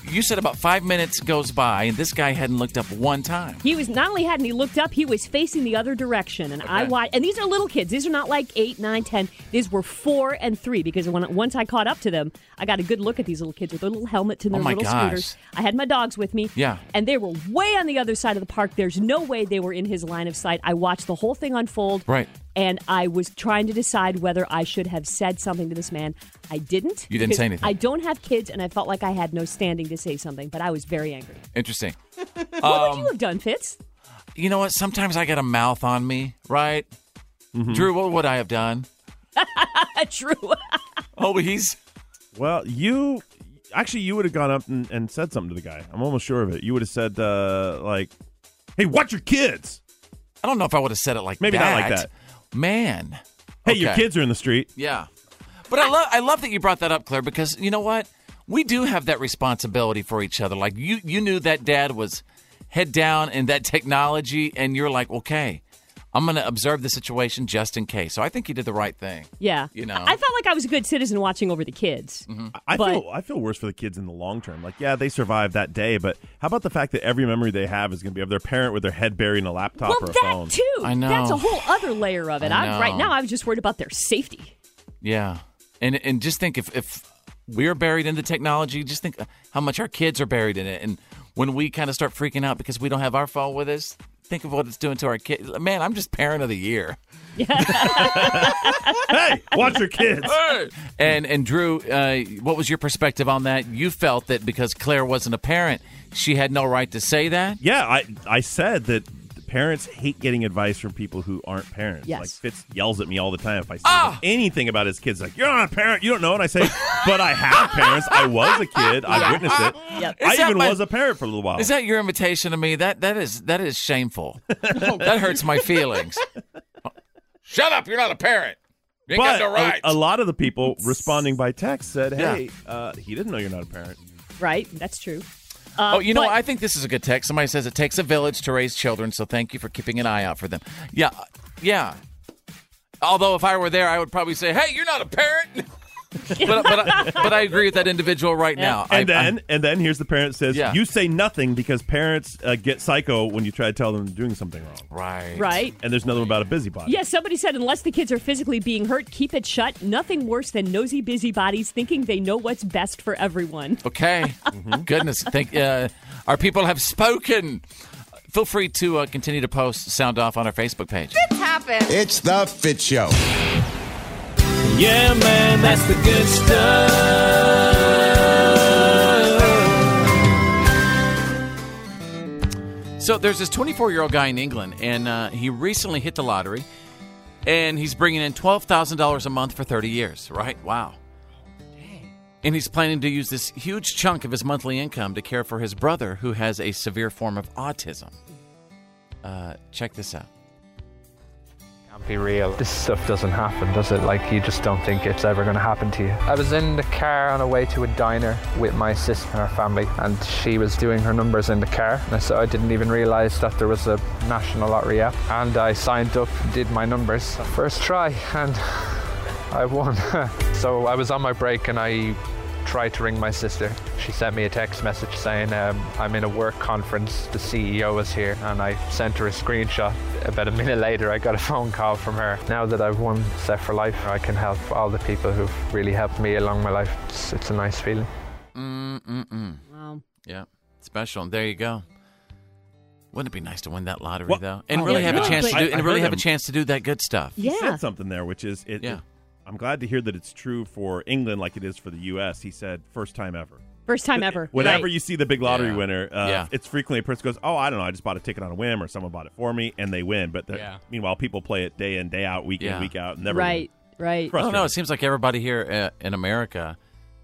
S1: you said about five minutes goes by, and this guy hadn't looked up one time.
S3: He was not only hadn't he looked up, he was facing the other direction. And I
S1: Okay.
S3: watched, and these are little kids. These are not like eight, nine, ten. These were four and three because when once I caught up to them, I got a good look at these little kids with their little helmets and
S1: Oh
S3: their
S1: my
S3: little
S1: gosh.
S3: scooters. I had my dogs with me.
S1: Yeah.
S3: And they were way on the other side of the park. There's no way they were in his line of sight. I watched the whole thing unfold.
S1: Right.
S3: And I was trying to decide whether I should have said something to this man. I didn't.
S1: You didn't
S3: because
S1: say anything.
S3: I don't have kids, and I felt like I had no standing to say something, but I was very
S1: *laughs*
S3: angry.
S1: Interesting.
S3: what would
S1: Um,
S3: you have done, Fitz? *laughs*
S1: You know what? Sometimes I got a mouth on me, right? Drew, what would I have done?
S3: True.
S1: *gasps* Oh, he's.
S4: Well, you actually you would have gone up and, and said something to the guy. I'm almost sure of it. You would have said uh, like, "Hey, watch your kids."
S1: I don't know if I would have said it like
S4: maybe not like
S1: that.
S4: that.
S1: Man,
S4: hey, your
S1: Okay.
S4: kids are in the street.
S1: Yeah. But I love I love that you brought that up, Claire, because you know what? We do have that responsibility for each other. Like you you knew that dad was head down in that technology and you're like, "Okay, I'm going to observe the situation just in case." So I think you did the right thing.
S3: Yeah.
S1: You know.
S3: I felt like I was a good citizen watching over the kids.
S1: Mm-hmm.
S4: I
S3: But-
S4: feel I feel worse for the kids in the long term. Like, yeah, they survived that day, but how about the fact that every memory they have is going to be of their parent with their head buried in a laptop
S3: well,
S4: or a
S3: that
S4: phone?
S3: too. That's a whole other layer of it.
S1: I
S3: I'm right
S1: know.
S3: now. I was just worried about their safety.
S1: Yeah. And and just think if if we're buried in the technology, just think how much our kids are buried in it and when we kind of start freaking out because we don't have our phone with us, think of what it's doing to our kids. Man, I'm just parent of the
S4: *laughs*
S1: year.
S4: hey, watch your kids.
S1: And and Drew, uh, what was your perspective on that? You felt that because Claire wasn't a parent, she had no right to say that.
S4: Yeah, I I said that parents hate getting advice from people who aren't parents.
S1: Yes.
S4: Like Fitz yells at me all the time if I say
S1: Ah!
S4: anything about his kids. Like, you're not a parent, you don't know. And I say, but I have parents. I was a
S3: *laughs*
S4: kid. I witnessed it.
S1: Yep. Is
S4: I
S1: that
S4: even
S1: my-
S4: was a parent for a little while.
S1: Is that your invitation to me? That that is that is *laughs* Oh, shameful. that hurts my feelings. Shut up! You're not a parent.
S12: You ain't
S4: but
S12: got no
S4: a-
S12: rights.
S4: a, lot of the people responding by text said,
S1: Yeah.
S4: "Hey, uh, he didn't know you're not a parent."
S3: Right? That's true. Um,
S1: oh, you know, what? I think this is a good text. Somebody says it takes a village to raise children, so thank you for keeping an eye out for them. Yeah, yeah. Although if I were there, I would probably say, "Hey, you're not a parent." but, but, I, but I agree with that individual right now.
S4: And
S1: I- I-
S4: then, and then here's the parent says,
S1: Yeah.
S4: "You say nothing because parents uh, get psycho when you try to tell them they're doing something wrong."
S1: Right.
S3: Right.
S4: And there's another one about a busybody.
S3: Yeah, somebody said unless the kids are physically being hurt, keep it shut. Nothing worse than nosy busybodies thinking they know what's best for everyone.
S1: Okay. Goodness. Thank, uh, our people have spoken. Feel free to uh, continue to post sound off on our Facebook page.
S16: It's happened.
S1: It's the Fit Show.
S11: Yeah, man, that's the good stuff.
S1: So there's this 24 year old guy in England, and uh, he recently hit the lottery, and he's bringing in $12,000 a month for 30 years, right? Wow. And he's planning to use this huge chunk of his monthly income to care for his brother who has a severe form of autism. Uh, check this out.
S14: Can't be real. This stuff doesn't happen, does it? Like, you just don't think it's ever going to happen to you. I was in the car on the way to a diner with my sister and her family, and she was doing her numbers in the car. And so I didn't even realize that there was a national lottery app. And I signed up, did my numbers first try, and I won. *laughs* so I was on my break and I tried to ring my sister. She sent me a text message saying, um, I'm in a work conference, the CEO is here, and I sent her a screenshot. About a minute later, I got a phone call from her. Now that I've won Set for Life, I can help all the people who've really helped me along my life. It's, it's a nice feeling.
S1: Mm-mm-mm.
S3: Wow.
S1: Yeah, special. And there you go. Wouldn't it be nice to win that lottery
S4: What-
S1: though, and
S4: Oh,
S1: really
S4: yeah,
S1: have a
S4: no,
S1: chance to
S4: but-
S1: do,
S4: I- I
S1: and really
S4: heard
S1: have a
S4: him.
S1: chance to do that good stuff?
S4: He said something there, which is it.
S1: Yeah.
S4: I'm glad to hear that it's true for England, like it is for the U.S. He said, first time ever.
S3: First time ever.
S4: Whenever
S3: Right.
S4: you see the big lottery
S1: Yeah.
S4: winner, uh,
S1: Yeah.
S4: it's frequently a person goes, "Oh, I don't know, I just bought a ticket on a whim, or someone bought it for me," and they win. But the-
S1: Yeah.
S4: meanwhile, people play it day in, day out, week
S1: Yeah.
S4: in, week out, and never.
S3: right, right.
S1: I don't know. Oh, It seems like everybody here uh, in America,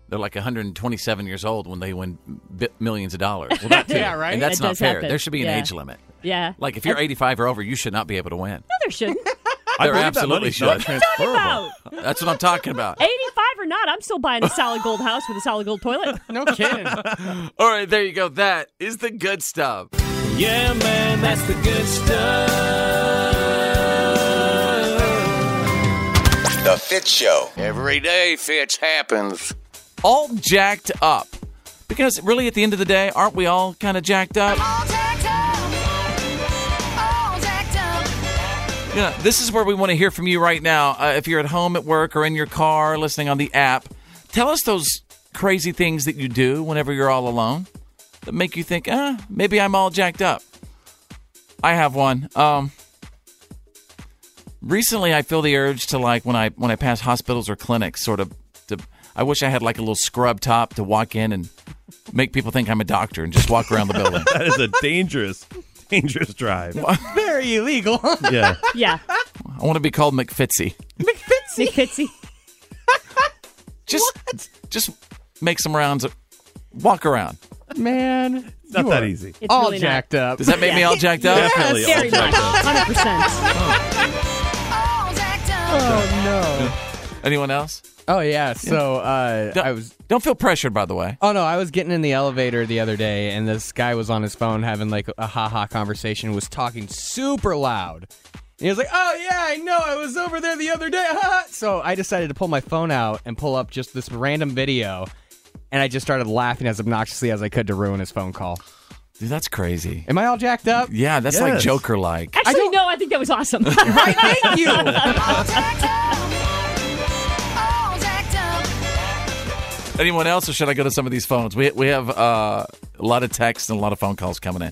S1: they're like 127 years old when they win bi- millions of dollars.
S3: *laughs*
S1: Well,
S3: that too. Yeah, right.
S1: And that's
S3: That
S1: not
S3: does
S1: fair.
S3: happen.
S1: There should be an
S3: Yeah.
S1: age limit.
S3: Yeah.
S1: Like if you're
S3: And-
S1: 85 or over, you should not be able
S3: *laughs*
S1: to win.
S3: No, there shouldn't.
S4: *laughs* I
S1: there
S4: believe that
S1: absolutely
S4: money's not
S1: should.
S3: transferable.
S4: *laughs*
S1: That's what I'm talking about.
S3: 85 or not, I'm still buying a solid gold house with a solid gold toilet.
S2: No kidding.
S1: All right, there you go. That is the good stuff.
S11: Yeah, man, that's the good stuff.
S1: The Fit Show. Every day, Fitch happens. All jacked up. Because really, at the end of the day, aren't we all kind of jacked up? Yeah, this is where we want to hear from you right now. Uh, if you're at home, at work, or in your car, listening on the app, tell us those crazy things that you do whenever you're all alone that make you think, ah, maybe I'm all jacked up. I have one. Um, recently, I feel the urge to like when I when I pass hospitals or clinics, sort of. To, I wish I had like a little scrub top to walk in and make people think I'm a doctor and just walk around the building.
S4: *laughs* that is a dangerous, dangerous drive.
S2: Very illegal.
S4: Yeah.
S3: Yeah.
S1: I want to be called McFitzy.
S3: McFitzy. McFitzy.
S1: Just just make some rounds, walk around.
S2: Man.
S4: It's not
S2: you
S4: that
S2: are
S4: easy.
S3: It's
S2: all
S3: really not.
S2: jacked up.
S1: Does that make me all jacked up?
S4: Definitely all
S3: Very much.
S4: jacked up.
S3: 100%.
S2: Oh no.
S1: *laughs* Anyone else?
S2: Oh yeah. So uh,
S1: Don't-
S2: I was.
S1: Don't feel pressured, by the way.
S2: Oh no, I was getting in the elevator the other day, and this guy was on his phone having like a haha conversation, was talking super loud. And he was like, "Oh yeah, I know. I was over there the other day." *laughs* haha." so I decided to pull my phone out and pull up just this random video, and I just started laughing as obnoxiously as I could to ruin his phone call.
S1: Dude, that's crazy.
S2: Am I all jacked up?
S1: Yeah, that's like
S2: Yes.
S1: Joker like.
S3: Actually, no, I think that was
S2: *laughs*
S3: awesome.
S2: Thank you.
S1: Anyone else, or should I go to some of these phones? We, we have uh, a lot of texts and a lot of phone calls coming in.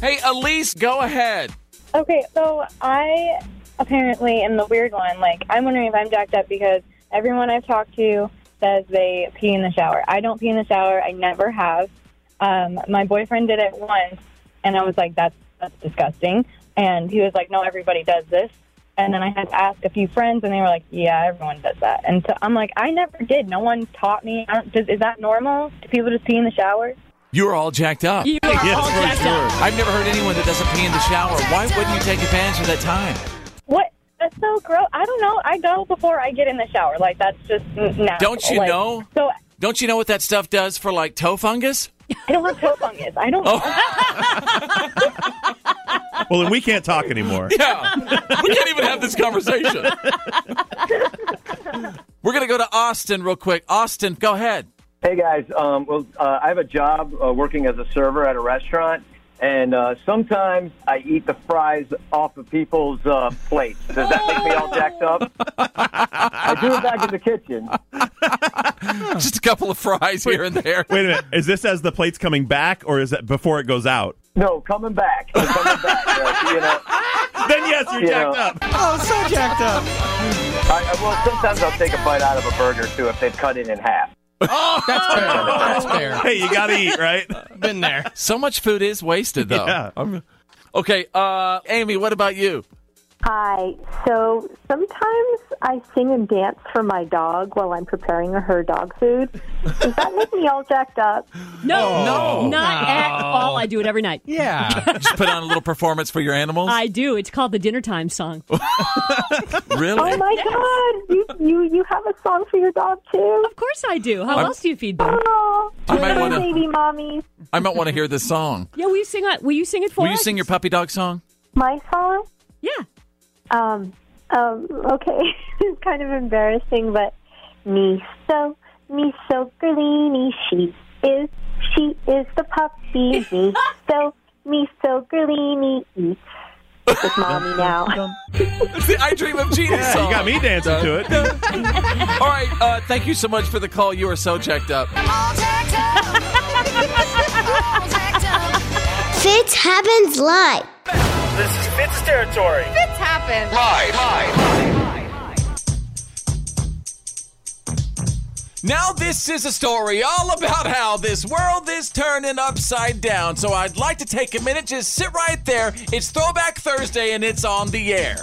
S1: Hey, Elise, go ahead.
S17: Okay, so I apparently am the weird one. Like, I'm wondering if I'm jacked up because everyone I've talked to says they pee in the shower. I don't pee in the shower. I never have. Um, my boyfriend did it once, and I was like, "That's that's disgusting." And he was like, "No, everybody does this." And then I had to ask a few friends, and they were like, "Yeah, everyone does that." And so I'm like, "I never did. No one taught me. I don't, does, is that normal? Do people just pee in the shower?"
S1: You're all jacked up.
S17: You are Yes, all
S1: for
S17: jacked
S1: sure. I've never heard anyone that doesn't pee in the shower. Why wouldn't you take advantage of that time?
S17: What? That's so gross. I don't know. I go before I get in the shower. Like that's just n- no.
S1: Don't you
S17: Like,
S1: know?
S17: So
S1: Don't you know what that stuff does for like toe fungus?
S17: I don't have toe fungus. I
S1: Oh.
S17: don't.
S4: Well, then we can't talk anymore.
S1: Yeah. We can't even have this
S17: *laughs*
S1: conversation. We're going to go to Austin real quick. Austin, go ahead.
S12: Hey guys, um, well, uh, I have a job uh, working as a server at a restaurant, and uh, sometimes I eat the fries off of people's uh, plates. Does that make me all jacked up? I do it back in the kitchen.
S1: Just a couple of fries *laughs* here and there.
S4: Wait a minute. Is this as the plate's coming back, or is that before it goes out?
S12: No, coming back. I'm coming back. uh, you know.
S4: Then yes, you're jacked
S12: know.
S4: up.
S12: Oh, so jacked up. I, I- well, sometimes I'll take a bite out of a burger too if they've cut it in half.
S1: Oh, that's fair.
S12: That's
S4: *laughs*
S1: fair.
S4: Hey, you got to eat, right?
S2: Been there.
S1: So much food is wasted, though.
S4: Yeah,
S1: Okay, uh, Amy, what about you?
S18: Hi. So sometimes I sing and dance for my dog while I'm preparing her dog food. Does that make me all jacked up?
S3: *laughs* No,
S4: Oh,
S1: No.
S3: not at all. I do it every night.
S2: Yeah.
S1: Just put on a little performance for your animals?
S3: I do. It's called the dinner time song.
S1: really?
S18: Oh my God! You, you you have a song for your dog too?
S3: Of course I do. How
S1: I'm-
S3: else do you feed them?
S18: Oh,
S1: I might
S18: hey,
S1: wanna-
S18: baby mommy.
S1: I might want to hear this song.
S3: Yeah, will you sing? it- Will you sing it for
S1: Will you
S3: us?
S1: sing your puppy dog song?
S18: My song?
S3: Yeah.
S18: Um. Um. Okay. *laughs* it's kind of embarrassing, but me so me so girlini. She is she is the puppy.
S3: *laughs*
S18: Me so me so girlini eats with mommy now.
S1: It's the I Dream of Genie
S4: Yeah,
S1: song.
S4: you got me dancing to it.
S1: *laughs* All right, uh, thank you so much for the call. You are so jacked up.
S7: Fitz happens live.
S19: This is Fitz territory.
S16: Fits happen.
S19: Live.
S1: Now, this is a story all about how this world is turning upside down. So, I'd like to take a minute, just sit right there. It's Throwback Thursday and it's on the air.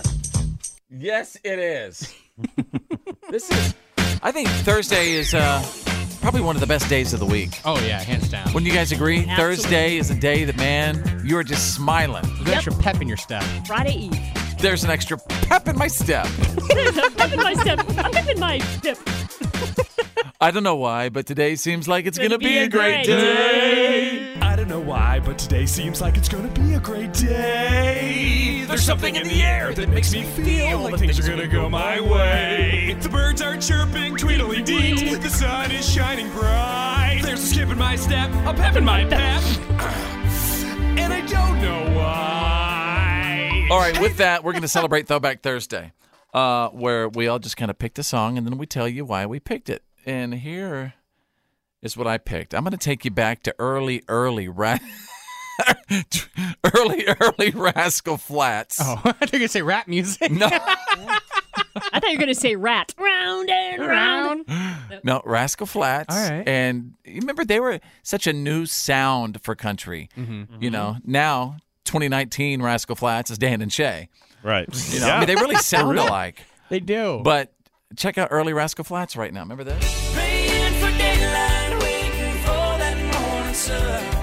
S1: Yes, it is. this is, I think Thursday is uh, probably one of the best days of the week.
S2: Oh, yeah, hands down.
S1: Wouldn't you guys agree?
S2: Absolutely.
S1: Thursday is a day that, man, you are just smiling.
S2: There's extra pep in your step.
S3: Friday Eve. *laughs*
S1: There's an extra pep in my step.
S3: I'm pipping my step. I'm pipping my step.
S1: I don't know why, but today seems like it's
S3: Gonna
S1: going to
S3: be
S1: be,
S3: a
S1: a
S3: great
S1: great, day.
S19: I don't know why, but today seems like it's gonna be a great day. There's something in the air that makes me feel like things are gonna go my way. The birds are chirping, tweedledee, the sun is shining bright. There's a skip in my step, a pep in my pep, *sighs* and I don't know why.
S1: All right, with that, we're going to celebrate Throwback Thursday, uh, where we all just kind of picked a song and then we tell you why we picked it. And here is what I picked. I'm going to take you back to early, early, ra- *laughs* early, early Rascal Flats.
S2: Oh, *laughs* I think you say rap music. *laughs*
S1: No,
S3: I thought you were going to say rat. Round and round.
S1: no, Rascal Flats.
S2: All right.
S1: And you remember they were such a new sound for country.
S2: Mm-hmm.
S1: You know, now 2019 Rascal Flats is Dan and Shay.
S4: Right.
S1: You know, I mean,
S2: *laughs*
S1: they really sound alike.
S2: They do.
S1: But check out early Rascal Flats right now. Remember this?
S11: Praying for daylight, waiting for that morning sun.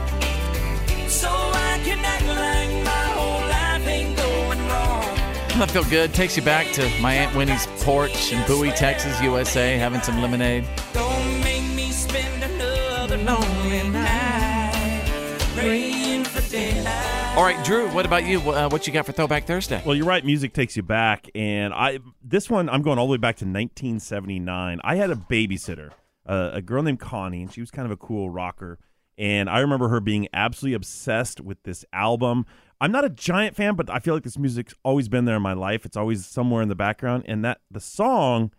S11: So I can act like my whole life ain't going wrong.
S1: Doesn't that feel good? Takes you back to my Aunt Winnie's porch in Bowie, Texas, USA, having some lemonade.
S11: Don't make me spend another lonely night. Praying for daylight.
S1: All right, Drew, what about you? Uh, what you got for Throwback Thursday?
S4: Well, you're right. Music takes you back, and I this one I'm going all the way back to 1979. I had a babysitter, uh, a girl named Connie, and she was kind of a cool rocker. And I remember her being absolutely obsessed with this album. I'm not a giant fan, but I feel like this music's always been there in my life. It's always somewhere in the background, and that the song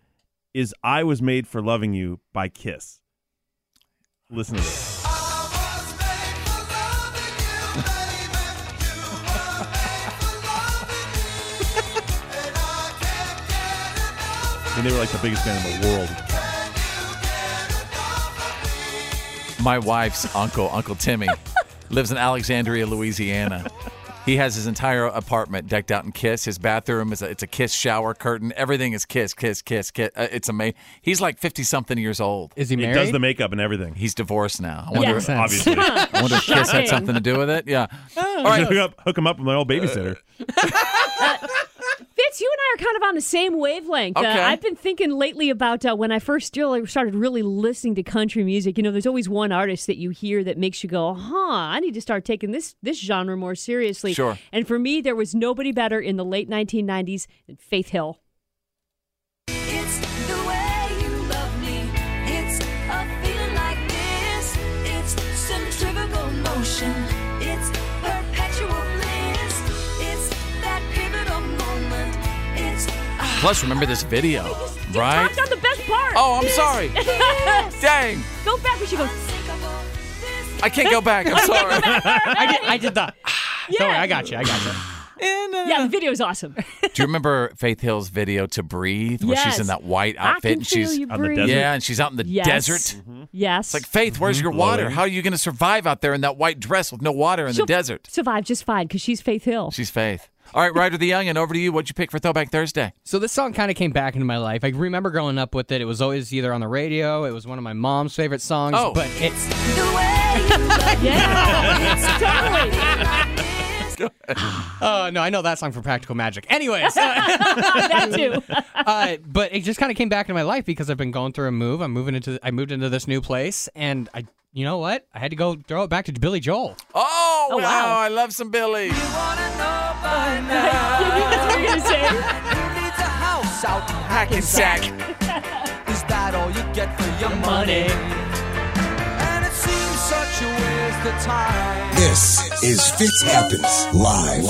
S4: is "I Was Made for Loving You" by Kiss. Listen to this. And they were like the biggest band in the world.
S1: My wife's uncle, Uncle Timmy, lives in Alexandria, Louisiana. He has his entire apartment decked out in Kiss. His bathroom is a, it's a Kiss shower curtain. Everything is Kiss, Kiss, Kiss, Kiss. Uh, it's amazing. He's like fifty something years old.
S2: Is he
S4: It does the makeup and everything.
S1: He's divorced now. I
S4: Yeah.
S1: wonder,
S4: Makes sense. Obviously.
S1: I wonder if Kiss
S4: Shocking.
S1: had
S4: *laughs*
S1: something to do with it. Yeah. Oh. All
S4: All right,
S1: right.
S4: hook, up, hook him up with my old babysitter.
S3: Fitz, you and I are kind of on the same wavelength. Uh,
S1: Okay.
S3: I've been thinking lately about uh, when I first really started really listening to country music. You know, there's always one artist that you hear that makes you go, "Huh, I need to start taking this this genre more seriously."
S1: Sure.
S3: And for me, there was nobody better in the late 1990s than Faith Hill.
S9: It's the way you love me. It's a feeling like this. It's centrifugal motion. It's perpetual bliss. It's that pivotal moment. It's
S1: Plus, remember this video, right?
S3: Talked on the
S9: *laughs*
S3: best part.
S1: Oh, I'm sorry. Dang,
S3: *laughs* go back when she goes.
S1: I can't go back. I'm sorry. *laughs*
S2: I did. I did the. Sorry, I got you. I got you.
S1: uh,
S3: yeah, the video's awesome.
S1: Do you remember Faith Hill's video "To Breathe" where she's
S3: Yes.
S1: in that white
S3: I
S1: outfit
S3: can
S1: and
S3: feel
S1: she's
S3: you On the breathe. desert?
S1: yeah, and she's out in the
S3: Yes. Mm-hmm.
S1: desert?
S3: Yes.
S1: It's like Faith, where's your water? How are you going to survive out there in that white dress with no water in
S3: She'll
S1: the desert?
S3: Survive just fine because she's Faith Hill.
S1: She's Faith. All right, Ryder the Young, and over to you. What'd you pick for Throwback Thursday?
S2: So this song kind of came back into my life. I remember growing up with it. It was always either on the radio. It was one of my mom's favorite songs.
S1: Oh.
S2: but it, oh no, I know that song from Practical Magic.
S9: *laughs*
S2: Anyways,
S3: that too.
S2: uh, but it just kind of came back into my life because I've been going through a move. I'm moving into. I moved into this new place, and I, you know what? I had to go throw it back to Billy Joel.
S1: Oh,
S2: Oh,
S1: wow.
S2: wow.
S1: I love some Billy.
S9: needs a house out in
S1: Hackensack.
S9: Is that all you get for your money? And it seems such a waste of time.
S5: This is Fitz Happens Live.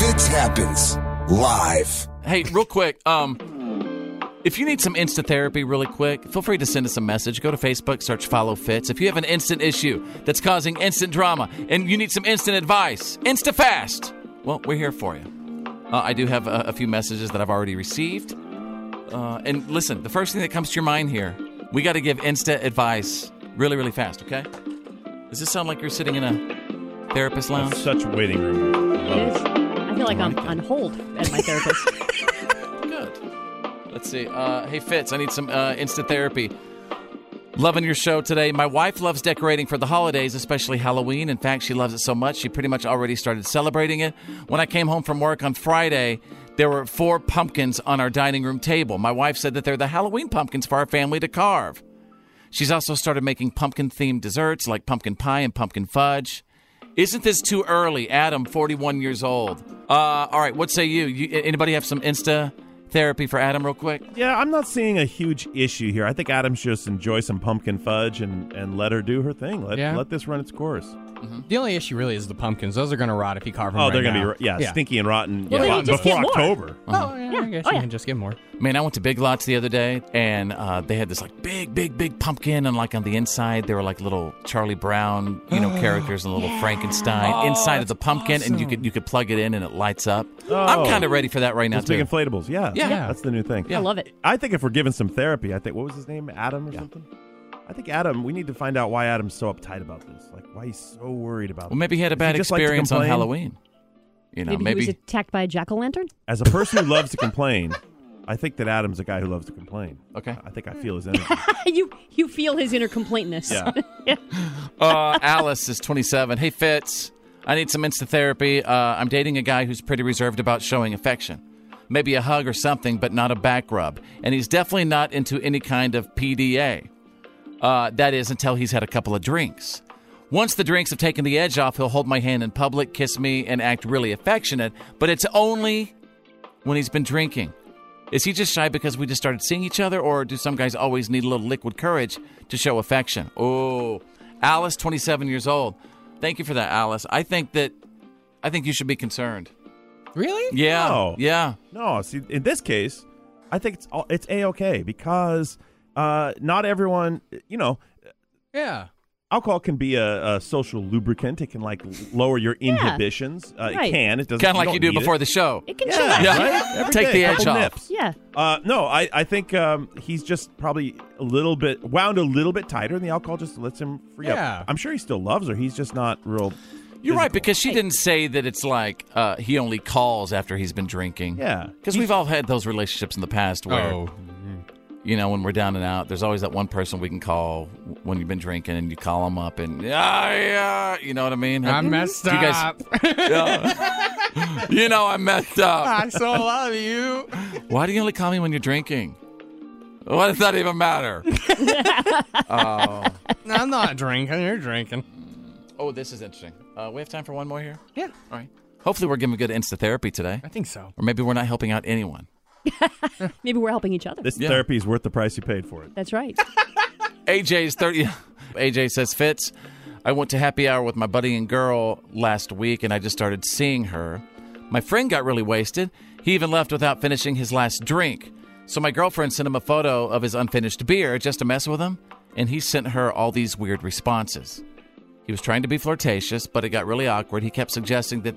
S5: Fitz Happens Live.
S1: Hey, real quick, um, if you need some instant therapy really quick, feel free to send us a message. Go to Facebook, search Follow Fits. If you have an instant issue that's causing instant drama and you need some instant advice, insta fast, well, we're here for you. Uh, I do have a, a few messages that I've already received. Uh, and listen, the first thing that comes to your mind here, we got to give insta advice really, really fast, okay? Does this sound like you're sitting in a therapist lounge?
S4: Such a waiting room.
S3: It is. I feel like I'm on hold at my therapist.
S1: Let's see. Uh, hey, Fitz, I need some uh, instant therapy. Loving your show today. My wife loves decorating for the holidays, especially Halloween. In fact, she loves it so much, she pretty much already started celebrating it. When I came home from work on Friday, there were four pumpkins on our dining room table. My wife said that they're the Halloween pumpkins for our family to carve. She's also started making pumpkin themed desserts like pumpkin pie and pumpkin fudge. Isn't this too early? Adam, 41 years old. Uh, all right, what say you? you? Anybody have some Insta therapy for Adam, real quick?
S4: Yeah, I'm not seeing a huge issue here. I think Adam should just enjoy some pumpkin fudge and, and let her do her thing. Let,
S2: Yeah.
S4: let this run its course.
S1: Mm-hmm.
S2: The only issue really is the pumpkins. Those are going to rot if you carve them.
S4: Oh,
S2: right
S4: they're gonna
S2: now.
S4: be be yeah, stinky and rotten
S2: Well,
S4: yeah,
S2: then you just get
S4: before
S2: more.
S4: October.
S2: Oh, yeah, I guess
S3: Oh,
S2: you
S3: yeah.
S2: can just get more.
S1: Man, I went to Big Lots the other day, and uh, they had this like big, big, big pumpkin, and like on the inside there were like little Charlie Brown, you
S4: *gasps*
S1: know, characters and little Frankenstein
S4: Oh,
S1: inside of the
S4: that's
S1: pumpkin, and you
S4: awesome.
S1: could you could plug it in and it lights up.
S4: Oh.
S1: I'm kind of ready for that right now
S4: Those
S1: too.
S4: big inflatables, yeah,
S1: Yeah. Yeah.
S4: that's the new thing.
S1: Yeah. I
S3: love it.
S4: I think if we're given some therapy, I think what was his name, Adam or something. I think Adam. We need to find out why Adam's so uptight about this. Like why he's so worried about.
S1: well, maybe he had a
S4: Does
S1: bad
S4: just like to
S1: experience on
S4: complain?
S1: Halloween. *laughs* You know,
S3: maybe,
S1: maybe,
S3: he was attacked by a jack o' lantern.
S4: As a person who loves to complain, I think that Adam's a guy who loves to complain.
S1: Okay,
S4: I think I feel his energy.
S3: *laughs* you you feel his inner complaintness. *laughs*
S1: Yeah. uh, Alice is 27. Hey, Fitz, I need some instant therapy. Uh, I'm dating a guy who's pretty reserved about showing affection. Maybe a hug or something, but not a back rub. And he's definitely not into any kind of PDA. Uh, that is, until he's had a couple of drinks. Once the drinks have taken the edge off, he'll hold my hand in public, kiss me, and act really affectionate, but it's only when he's been drinking. Is he just shy because we just started seeing each other, or do some guys always need a little liquid courage to show affection? Oh, Alice, 27 years old. Thank you for that, Alice. I think that I think you should be concerned.
S2: Really?
S1: Yeah,
S4: No.
S1: yeah.
S4: No, see, in this case, I think it's all, it's a okay because uh, not everyone, you know,
S2: Yeah.
S4: alcohol can be a, a social lubricant. It can like lower your inhibitions. Uh,
S3: Right.
S4: It can. It doesn't.
S1: Kind of like
S4: don't
S1: you do
S4: need
S1: before
S4: it.
S1: the show.
S3: It can
S4: Yeah,
S3: chill out.
S4: right? Every
S1: Take
S4: day,
S1: the
S4: a
S1: edge
S4: couple
S1: off.
S4: nips.
S3: Yeah.
S4: Uh, no, I, I think um, he's just probably a little bit wound a little bit tighter, and the alcohol just lets him free
S1: Yeah.
S4: up. I'm sure he still loves her. He's just not real.
S1: You're right because she didn't say that it's like uh, he only calls after he's been drinking.
S4: Yeah.
S1: because we've all had those relationships in the past where,
S2: Oh.
S1: you know, when we're down and out, there's always that one person we can call w- when you've been drinking, and you call them up, and yeah, yeah, you know uh, what I mean?
S2: I messed
S1: Do you guys-
S2: up.
S1: *laughs* Yeah. you know I messed up.
S2: I so love you.
S1: Why do you only call me when you're drinking? What does that even
S2: *laughs*
S1: matter? oh.
S2: I'm not drinking. You're drinking.
S1: Oh, this is interesting. Uh, we have time for one more here?
S2: Yeah.
S1: All right. Hopefully, we're giving good insta therapy today.
S2: I think so.
S1: Or maybe we're not helping out anyone.
S3: Maybe we're helping each other.
S4: This therapy is worth the price you paid for it.
S3: That's right.
S1: AJ's *laughs* 30. AJ says, Fitz, I went to happy hour with my buddy and girl last week and I just started seeing her. My friend got really wasted. He even left without finishing his last drink. So my girlfriend sent him a photo of his unfinished beer just to mess with him, and he sent her all these weird responses. He was trying to be flirtatious, but it got really awkward. He kept suggesting that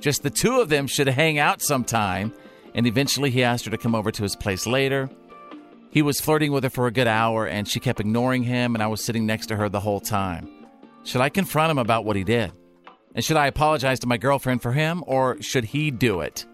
S1: just the two of them should hang out sometime, and eventually he asked her to come over to his place later. He was flirting with her for a good hour, and she kept ignoring him, and I was sitting next to her the whole time. Should I confront him about what he did? And should I apologize to my girlfriend for him, or should he do it?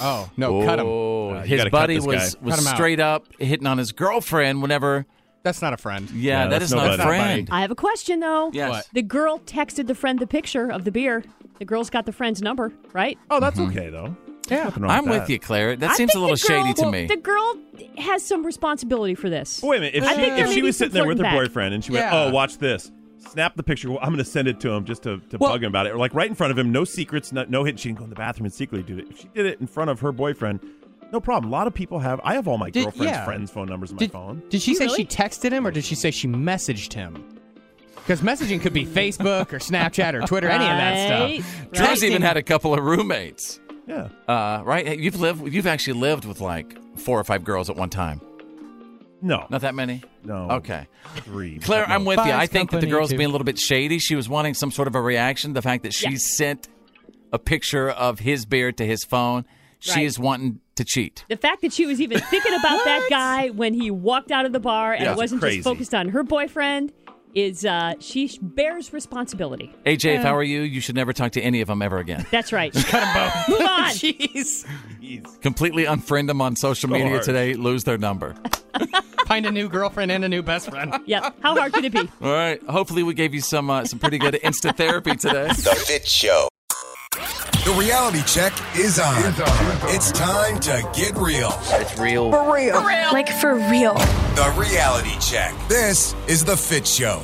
S2: Oh, no, cut him.
S1: Oh,
S2: Uh, you
S1: his
S2: gotta cut
S1: buddy
S2: this
S1: was,
S2: guy.
S1: was
S2: Cut him out.
S1: straight up hitting on his girlfriend whenever.
S2: That's not a friend.
S1: Yeah, that is not a friend.
S3: I have a question though.
S1: Yes. What?
S3: The girl texted the friend the picture of the beer. The girl's got the friend's number, right?
S4: Oh, that's okay though.
S2: Yeah,
S1: Mm-hmm. I'm with you, Claire. That
S3: I
S1: seems a
S3: think
S1: little
S3: the girl-
S1: shady to
S3: well,
S1: me.
S3: The girl has some responsibility for this.
S4: Wait a minute. If
S3: I
S4: she,
S3: think there
S4: if
S3: may
S4: she
S3: be
S4: was
S3: some
S4: sitting there with her
S3: flirting back.
S4: boyfriend and she
S2: Yeah.
S4: went, "Oh, watch this." Snap the picture. Well, I'm going to send it to him just to, to
S2: Well-
S4: bug him about it. Or like right in front of him, no secrets, no, no hidden. She can go in the bathroom and secretly do it. If she did it in front of her boyfriend, no problem. A lot of people have. I have all my
S2: Did-
S4: girlfriend's
S2: yeah.
S4: friends' phone numbers in my phone.
S2: Did she say she texted him or did she say she messaged him? Because messaging
S4: *laughs*
S2: could be Facebook or Snapchat or Twitter, any of that stuff.
S1: Drew's
S2: Texting-
S1: even had a couple of roommates.
S4: Yeah.
S1: Uh, right? Hey, You've lived. You've actually lived with like four or five girls at one time.
S4: No,
S1: not that many.
S4: No.
S1: Okay.
S4: Three.
S1: Claire,
S4: At
S1: I'm
S4: most.
S1: with you. I
S4: Five's
S1: think that the
S4: company,
S1: girl's
S4: too.
S1: being a little bit shady. She was wanting some sort of a reaction. The fact that she sent a picture of his beer to his phone. She
S3: Right.
S1: is wanting to cheat.
S3: The fact that she was even thinking about that guy when he walked out of the bar and
S1: Yeah.
S3: it wasn't
S1: Crazy.
S3: just focused on her boyfriend is uh, she sh- bears responsibility.
S1: AJ, if I were you, you should never talk to any of them
S3: *laughs*
S1: ever again.
S3: That's right.
S1: Cut them both.
S3: *laughs* Move
S1: *laughs*
S3: on.
S2: Jeez.
S1: Completely unfriend them on social
S2: So
S1: media
S2: harsh.
S1: today. Lose their number.
S2: Find a new girlfriend and a new
S3: *laughs*
S2: best friend.
S3: Yep. How hard could it be?
S1: All right. Hopefully, we gave you some uh, some pretty good insta therapy today.
S5: The Fit Show. The reality check is on. It's, time to get real. It's real.
S20: real. Like for real.
S5: The reality check. This is The Fit Show.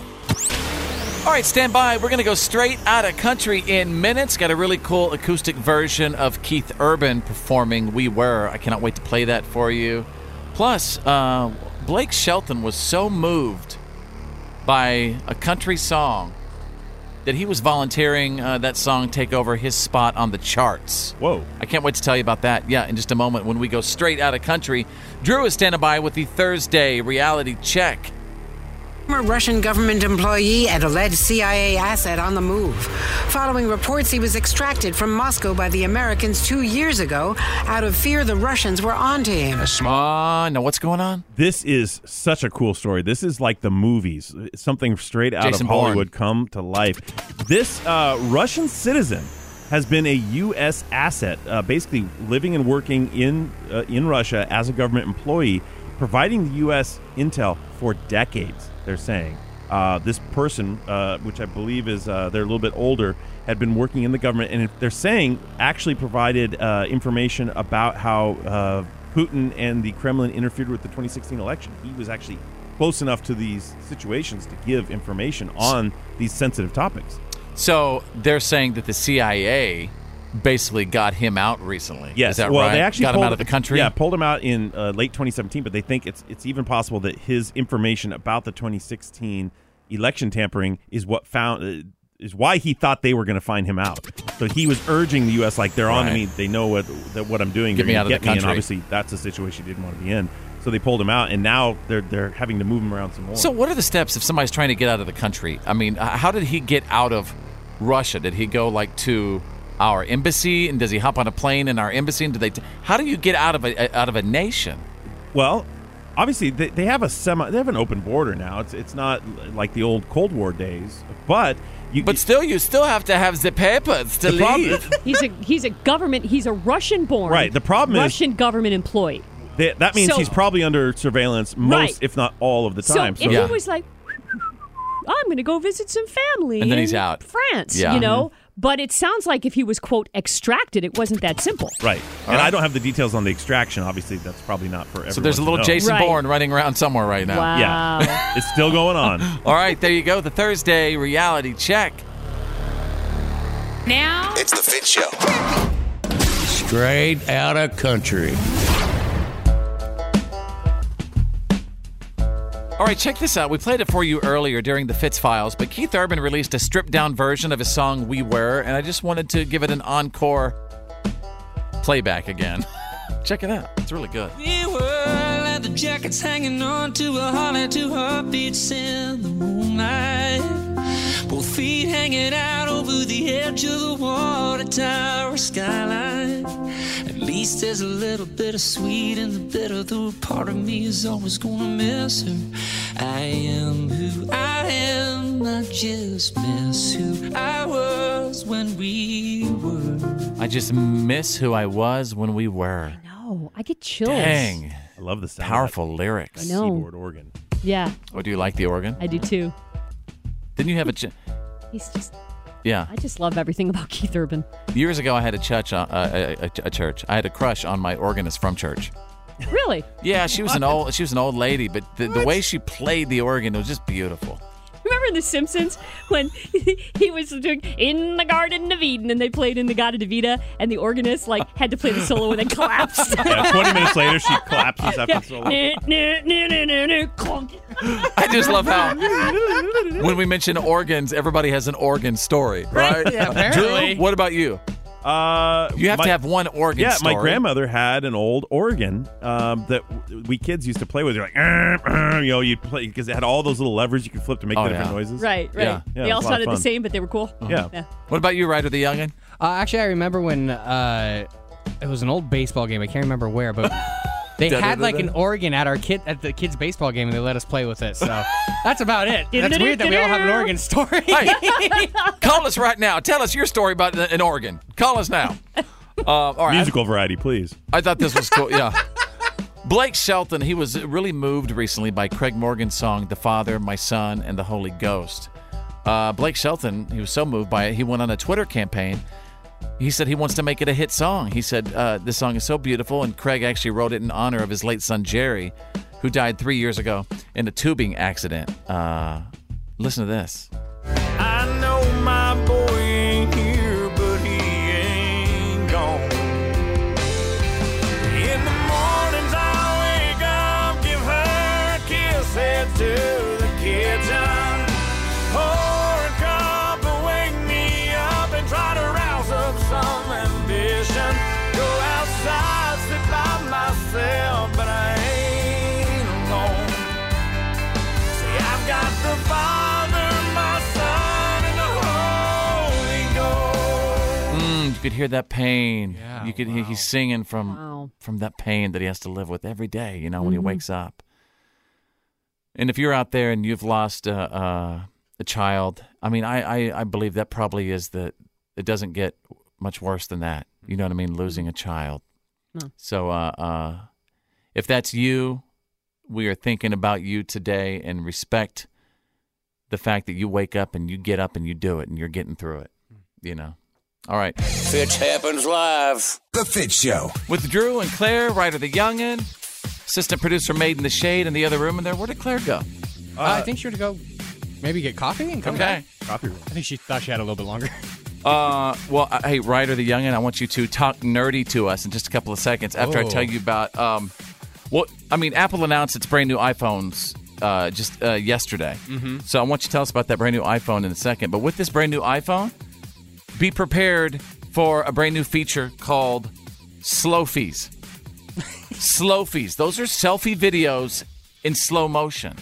S1: All right, stand by. We're going to go straight out of country in minutes. Got a really cool acoustic version of Keith Urban performing We Were. I cannot wait to play that for you. Plus, uh, Blake Shelton was so moved by a country song that he was volunteering uh, that song take over his spot on the charts.
S4: Whoa.
S1: I can't wait to tell you about that. Yeah, in just a moment when we go straight out of country. Drew is standing by with the Thursday reality check.
S21: Former Russian government employee and alleged CIA asset on the move. Following reports he was extracted from Moscow by the Americans two years ago out of fear the Russians were onto him.
S1: Shma, Uh, now what's going on?
S4: This is such a cool story. This is like the movies, something straight out
S1: Jason
S4: of
S1: Bourne.
S4: Hollywood come to life. This uh, Russian citizen has been a U.S. asset, uh, basically living and working in uh, in Russia as a government employee, providing the U.S. intel for decades. They're saying uh, this person, uh, which I believe is uh, they're a little bit older, had been working in the government, and they're saying actually provided uh, information about how. Uh, Putin and the Kremlin interfered with the 2016 election. He was actually close enough to these situations to give information on these sensitive topics.
S1: So they're saying that the CIA basically got him out recently.
S4: Yes,
S1: is that
S4: well,
S1: right?
S4: they actually
S1: got him
S4: pulled-
S1: out of the country.
S4: Yeah, pulled him out in uh, late 2017, but they think it's it's even possible that his information about the 2016 election tampering is what found uh, is why he thought they were going to find him out. So he was urging the U.S. like they're on
S1: Right.
S4: me, they know what that what I'm doing.
S1: Get
S4: They're
S1: me
S4: gonna
S1: out of
S4: get
S1: the
S4: me,
S1: country.
S4: And obviously, that's a situation he didn't want to be in. So they pulled him out, and now they're they're having to move him around some more.
S1: So what are the steps if somebody's trying to get out of the country? I mean, h- how did he get out of Russia? Did he go like to our embassy, and does he hop on a plane in our embassy? And do they? T- how do you get out of a out of a nation?
S4: Well, obviously they, they have a semi they have an open border now. It's it's not l- like the old Cold War days, but you
S1: But still, you still have to have the papers to
S4: The problem-
S1: leave.
S3: He's a he's a government. He's a Russian-born.
S4: Right, the problem is-
S3: Russian government employee.
S4: they, that means
S3: So-
S4: he's probably under surveillance most
S3: Right.
S4: if not all of the
S3: So
S4: time.
S3: if he was like, I'm going to go visit some family,
S1: And then he's
S3: in
S1: out.
S3: France,
S1: Yeah.
S3: you know.
S4: Mm-hmm.
S3: But it sounds like if he was, quote, extracted, it wasn't that simple.
S4: Right.
S1: All
S4: and
S1: right.
S4: I don't have the details on the extraction. Obviously, that's probably not for everyone.
S1: So there's a
S4: to
S1: little
S4: know.
S1: Jason Bourne running around somewhere right now.
S4: Wow. Yeah. it's still
S3: *laughs*
S4: going on.
S1: All right, there you go. The Thursday reality check.
S6: Now,
S5: It's the Fit Show.
S22: Straight out of country.
S1: All right, check this out. We played it for you earlier during the Fitz Files, but Keith Urban released a stripped down version of his song We Were, and I just wanted to give it an encore playback again. *laughs* check it out. It's really good.
S11: We were leather jackets hanging on to a holly, two heartbeats in the moonlight. Both feet hanging out over the edge of the water tower skyline. At least there's a little bit of sweet in the bitter, though part of me is always gonna miss her. I am who I am, I just miss who I was when we were.
S1: I just miss who I was when we were.
S3: No, I get chills.
S1: Dang.
S4: I love the sound.
S1: Powerful lyrics.
S3: I know. Seaboard
S4: organ.
S3: Yeah,
S1: Oh, do you like the organ?
S3: I do too.
S1: Didn't you have a. Ch-
S3: He's just,
S1: yeah.
S3: I just love everything about Keith Urban.
S1: Years ago, I had a church. Uh, a, a, a church. I had a crush on my organist from church.
S3: Really?
S1: Yeah, she was an old. She was an old lady, but the, the way she played the organ was just beautiful.
S3: Remember in The Simpsons when *laughs* he was doing "In the Garden of Eden" and they played "In the Garden of Eden" and the organist like had to play the solo
S4: *laughs*
S3: and then collapsed.
S4: Yeah, 20 minutes later, she collapses after
S3: Yeah.
S4: the solo.
S3: Nuh, nuh, nuh, nuh, nuh, nuh, clunk.
S1: I just
S4: *laughs*
S1: love how when we mention organs, everybody has an organ story, right?
S4: Right. Yeah, apparently.
S1: Drew, what about you?
S4: Uh,
S1: You have to have one organ
S4: Yeah, my
S1: story.
S4: grandmother had an old organ um, that w- we kids used to play with. You're like, "Erm, erm," you know, you'd play because it had all those little levers you could flip to make
S1: Oh,
S4: the different
S1: yeah.
S3: *laughs*
S4: noises.
S3: Right, right.
S4: Yeah, yeah,
S3: they
S4: it
S3: all
S4: was a lot of
S3: sounded the
S4: fun.
S3: same, but they were cool.
S4: Yeah.
S1: What about you, Ryder the Youngin?
S2: Uh, actually, I remember when uh, it was an old baseball game. I can't remember where, but they had like an organ at our kid at the kids' baseball game, and they let us play with
S3: *laughs*
S2: it. So that's about it. That's weird that we all have an organ story. *laughs*
S1: Hey, call us right now. Tell us your story about the- an organ. Call us now. Uh, all right.
S4: Musical variety, please.
S1: I thought this was cool. Yeah. Blake Shelton, he was really moved recently by Craig Morgan's song, The Father, My Son, and the Holy Ghost. Uh, Blake Shelton, he was so moved by it, he went on a Twitter campaign. He said he wants to make it a hit song. He said, uh, This song is so beautiful, and Craig actually wrote it in honor of his late son, Jerry, who died three years ago in a tubing accident. Uh, listen to this.
S19: I know my boy ain't here, but he ain't gone. In the mornings I wake up, give her a kiss, head to the kitchen. Pour a cup and wake me up and try to rouse up some ambition. Go outside, sit by myself, but I ain't alone. See, I've got the Father, my Son, and the Holy Ghost.
S1: Mm, you could hear that pain. you could hear he's singing from from that pain that he has to live with every day. You know, when he
S19: Mhm.
S1: wakes up. And if you're out there and you've lost uh, uh, a child, I mean, I, I I believe that probably is the it doesn't get much worse than that. You know what I mean? Losing a child.
S3: No.
S1: So uh, uh, if that's you, we are thinking about you today and respect the fact that you wake up and you get up and you do it and you're getting through it. You know. All right.
S22: Fitch happens live.
S5: The Fit Show.
S1: With Drew and Claire, writer the youngin, assistant producer Made in the Shade in the other room in there. Where did Claire go?
S2: Uh, I think she were to go maybe get coffee and come
S1: Okay.
S2: back. I think she thought she had a little bit longer. *laughs*
S1: Uh, well, I, hey, Ryder the Youngin, I want you to talk nerdy to us in just a couple of seconds after I
S22: Oh.
S1: tell you about. Um, well, I mean, Apple announced its brand new iPhones uh, just uh, yesterday.
S2: Mm-hmm.
S22: Mhm.
S1: So I want you to tell us about that brand new iPhone in a second. But with this brand new iPhone, be prepared for a brand new feature called
S2: *laughs*
S1: slow fees. slow fees. Those are selfie videos in slow motion.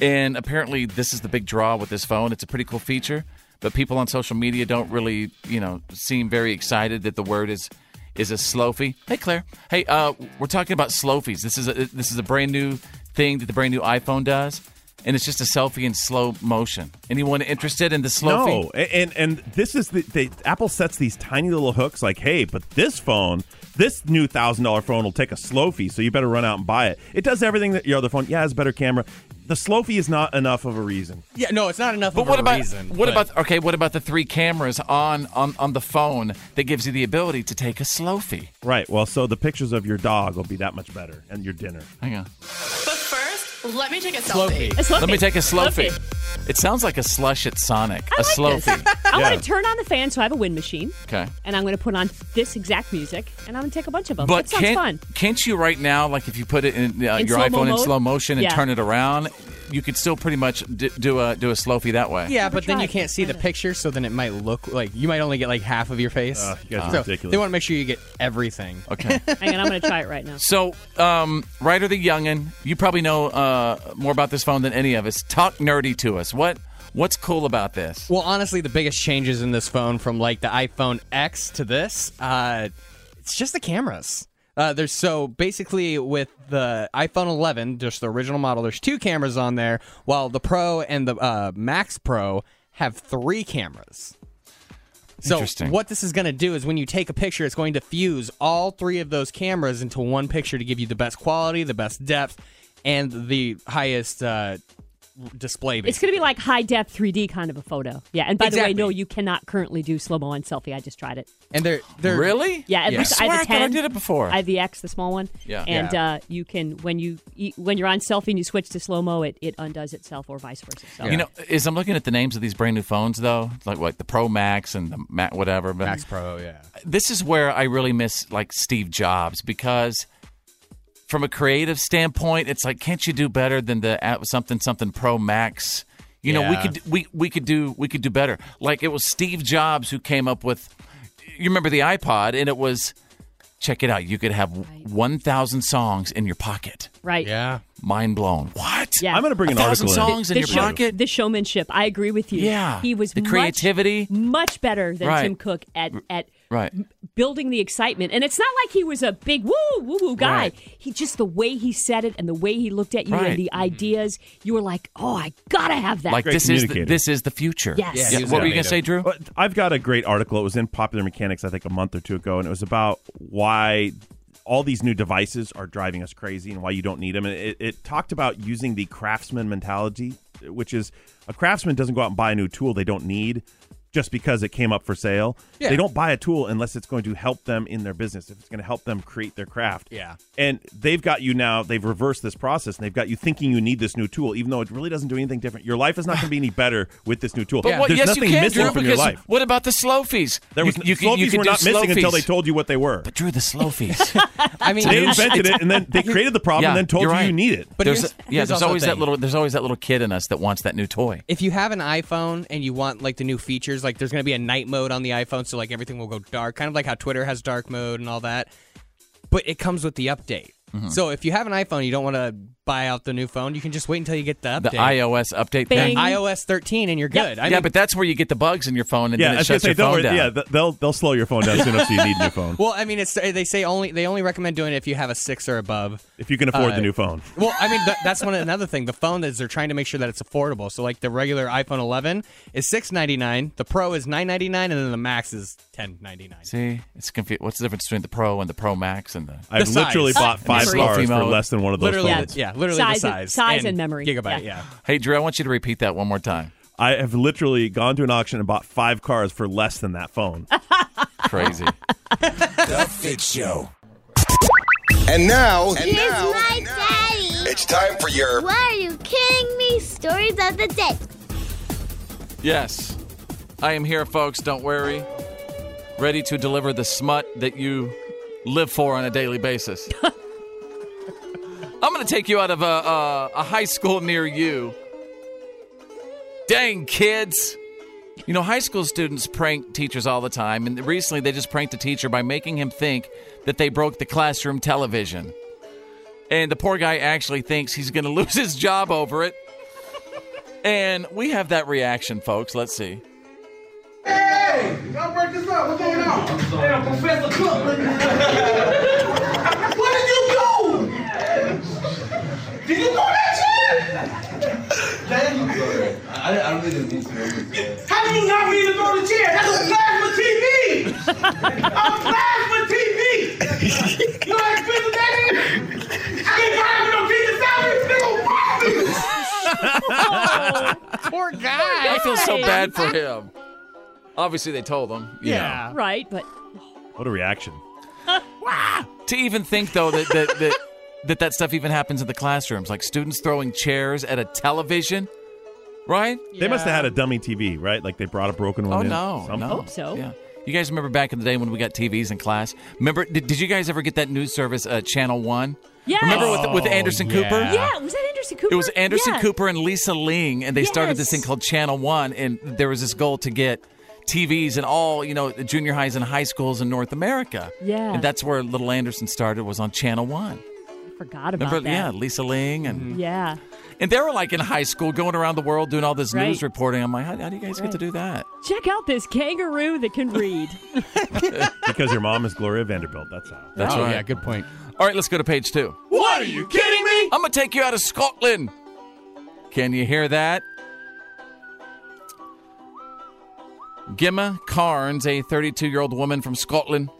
S1: And apparently, this is the big draw with this phone. It's a pretty cool feature, but people on social media don't really, you know, seem very excited that the word is is a slowfie. Hey, Claire. Hey, uh, we're talking about slowfies. This is a, this is a brand new thing that the brand new iPhone does, and it's just a selfie in slow motion. Anyone interested in the slowfie?
S4: No, a- and and this is the they, Apple sets these tiny little hooks like, hey, but this phone, this new thousand dollar phone will take a slow fee, so you better run out and buy it. It does everything that your other phone. Yeah, it has a better camera. the Slofi is not enough of a reason.
S2: Yeah, no, it's not enough
S1: But
S2: of
S1: what
S2: a
S1: about
S2: reason.
S1: what
S2: but-
S1: about okay? What about the three cameras on on on the phone that gives you the ability to take a slofi?
S4: Right. Well, so the pictures of your dog will be that much better and your dinner.
S1: Hang on.
S8: Let me take a selfie.
S1: Let me take a slofi. It sounds like a slush at Sonic. A
S3: I like
S1: slofi.
S3: this. *laughs* I want to turn on the fan, so I have a wind machine,
S1: Okay.
S3: and I'm going to put on this exact music, and I'm going to take a bunch of them.
S1: But
S3: that sounds
S1: can't *laughs*
S3: fun.
S1: can't you right now, like if you put it in, uh,
S3: In
S1: your
S3: slow-mo
S1: iPhone in
S3: mode?
S1: slow motion and
S3: Yeah.
S1: turn it around, you could still pretty much d- do a do a slofi that way.
S2: yeah, but then you can't see the picture, so then it might look like you might only get like half of your face.
S1: Ugh, you guys are
S2: So
S1: ridiculous.
S2: They want to make sure you get everything.
S1: Okay. *laughs*
S3: Hang on, I'm going to try it right now.
S1: So, um, Ryder the youngin, you probably know uh, more about this phone than any of us. Talk nerdy to us. What what's cool about this?
S2: Well, honestly, the biggest changes in this phone from like the iPhone X to this, uh, it's just the cameras. Uh, there's so basically with the iPhone 11, just the original model, there's two cameras on there, while the Pro and the uh, Max Pro have three cameras. So
S1: Interesting.
S2: what this is going to do is when you take a picture, it's going to fuse all three of those cameras into one picture to give you the best quality, the best depth, and the highest uh, display.
S3: It's going to be like high depth 3D kind of a photo. Yeah, and by
S2: Exactly.
S3: the way, no, you cannot currently do slow mo on selfie. I just tried it.
S2: And they're they're
S1: really
S3: Yeah, at
S2: yeah.
S3: least I, have the 10. I have the X, the small one.
S2: Yeah.
S3: and
S2: Yeah.
S3: Uh, you can when you eat, when you're on selfie and you switch to slow mo, it it undoes itself or vice versa. So.
S1: You know, as I'm looking at the names of these brand new phones, though, like like the Pro Max and the Mac whatever, but
S2: Max Pro, yeah.
S1: This is where I really miss like Steve Jobs because, from a creative standpoint, it's like, can't you do better than the app- something something Pro Max? You know, we
S6: Yeah.
S1: could we we could do we could do better. Like it was Steve Jobs who came up with. You remember the iPod, and it was. Check it out. You could have 1,000 songs in your pocket.
S3: Right.
S2: Yeah.
S1: Mind blown. What?
S3: Yeah.
S1: I'm going to bring a thousand songs in
S3: The
S1: your
S3: show-
S1: pocket.
S3: The showmanship. I agree with you.
S1: Yeah.
S3: He was
S1: The
S3: much-
S1: creativity.
S3: much, better than
S1: Right.
S3: Tim Cook at at
S1: Right.
S3: building the excitement. And it's not like he was a big woo woo woo guy.
S1: Right.
S3: He just the way he said it and the way he looked at you
S1: Right. Mm-hmm.
S3: and the ideas. You were like, oh, I gotta have that.
S1: Like this is the, this is the future.
S3: Yes. Yeah, he was
S1: what were you gonna
S4: innovative.
S1: say, Drew?
S4: Well, I've got a great article. It was in Popular Mechanics, I think, a month or two ago, and it was about why all these new devices are driving us crazy and why you don't need them. And it, it talked about using the craftsman mentality, which is a craftsman doesn't go out and buy a new tool they don't need just because it came up for sale.
S2: Yeah.
S4: They don't buy a tool unless it's going to help them in their business, if it's going to help them create their craft.
S2: Yeah.
S4: And they've got you now, they've reversed this process and they've got you thinking you need this new tool, even though it really doesn't do anything different. Your life is not going to be any better with this new tool.
S1: But what,
S4: There's
S1: yes,
S4: nothing
S1: you can,
S4: missing
S1: Drew,
S4: from your
S1: because
S4: life.
S1: What about the slow fees?
S4: There was slow fees were not missing until
S1: *laughs*
S4: they told you what they were. But
S1: Drew,
S4: *laughs*
S1: the slow fees.
S2: I mean,
S1: *laughs*
S4: they invented it and then they created the problem and then told you you need it.
S2: But
S1: there's,
S2: here's-
S1: yeah,
S2: here's
S1: there's
S2: also a
S1: always that
S2: thing.
S1: little there's always that little kid in us that wants that new toy.
S2: If you have an iPhone and you want like the new features, like there's going to be a night mode on the iPhone, so like everything will go dark, kind of like how Twitter has dark mode and all that. But it comes with the update.
S1: Mhm.
S2: So if you have an iPhone, you don't want to buy out the new phone. You can just wait until you get the update.
S1: The iOS update
S2: That
S1: thing.
S2: iOS 13, and you're good. I
S1: yeah,
S2: mean,
S4: *laughs*
S1: but that's where you get the bugs in your phone, and
S4: yeah, I
S1: then it
S4: was gonna
S1: shuts
S4: say,
S1: your
S4: don't
S1: phone
S4: worry,
S1: down.
S4: yeah, th- they'll they'll slow your phone down soon enough so you need a new phone.
S2: well, I mean, it's they say only they only recommend doing it if you have a six or above.
S4: If you can afford
S2: Uh,
S4: the new phone.
S2: Well, I mean, th- that's one another thing. The phone is they're trying to make sure that it's affordable. So, like the regular iPhone 11 is six ninety nine, the Pro is nine ninety nine, and then the Max is ten ninety nine.
S1: See, it's confusing. What's the difference between the Pro and the Pro Max and the?
S4: I've
S2: The
S4: literally
S2: size.
S4: bought
S2: Uh,
S4: five
S1: free.
S4: cars for
S1: Mode.
S4: less than one of those
S1: Literally,
S4: phones.
S1: yeah,
S2: literally
S3: the Size and- size. size and and memory. gigabyte, Yeah. yeah.
S1: Hey, Drew, I want you to repeat that one more time.
S4: I have literally gone to an auction and bought five cars for less than
S3: *laughs*
S4: that phone.
S1: Crazy.
S5: The Fit Show. And now, and
S7: Here's
S5: now,
S7: my daddy.
S5: it's Oh, time for your
S7: What are you kidding me? Stories of the day.
S1: Yes. I am here, folks. Don't worry. Ready to deliver the smut that you live for on a daily basis. I'm going to take you out of a, a, a high school near you. Dang, kids. You know, high school students prank teachers all the time, and recently they just pranked a teacher by making him think that they broke the classroom television. And the poor guy actually thinks he's going to *laughs* lose his job over it. And we have that reaction, folks. Let's see.
S23: Hey, y'all break this up. What's going on? Damn, Professor
S1: *laughs*
S23: Cook. what did you do? Did you do that shit? Damn, you
S24: I, I don't think it's needs
S23: How do you not mean to throw the chair? That's a plasma TV. a plasma TV. you know how expensive that is? I can't buy it with no teacher salary. They gonna rob me.
S1: feel so bad for him. Obviously, they told him. you know.
S3: Right, but *laughs*
S1: What a reaction. to even think, though, that that, that that that stuff even happens in the classrooms, like students throwing chairs at a television, right?
S4: They must have had a dummy TV, right? Like they brought a broken one
S1: Oh,
S4: in.
S1: no,
S4: Something.
S1: no. Yeah. You guys remember back in the day when we got TVs in class? Remember, did, did you guys ever get that news service, uh, Channel 1?
S3: Yes.
S1: Remember with, with
S3: Oh,
S1: Anderson Cooper?
S3: yeah, was that Anderson Cooper?
S1: It was Anderson
S3: Yeah.
S1: Cooper and Lisa Ling, and they started this thing
S3: Yes.
S1: called Channel One, and there was this goal to get TVs in all you know junior highs and high schools in North America.
S3: Yeah.
S1: and that's where Little Anderson started was on Channel One.
S3: I forgot about
S1: Remember,
S3: that. Mm-hmm.
S1: yeah, Lisa Ling and
S3: Yeah.
S1: and they were like in high school, going around the world doing all this
S3: Right.
S1: news reporting. I'm like, how, how do you guys
S3: Right.
S1: get to do that?
S3: Check out this kangaroo that can read.
S4: Because your mom is Gloria Vanderbilt. That's how.
S1: That's Oh, right. yeah,
S2: good point.
S1: All right, let's go to page two.
S19: What are you kidding me?
S1: I'm gonna take you out of Scotland. Can you hear that? Gemma Carnes, a 32 year old woman from Scotland,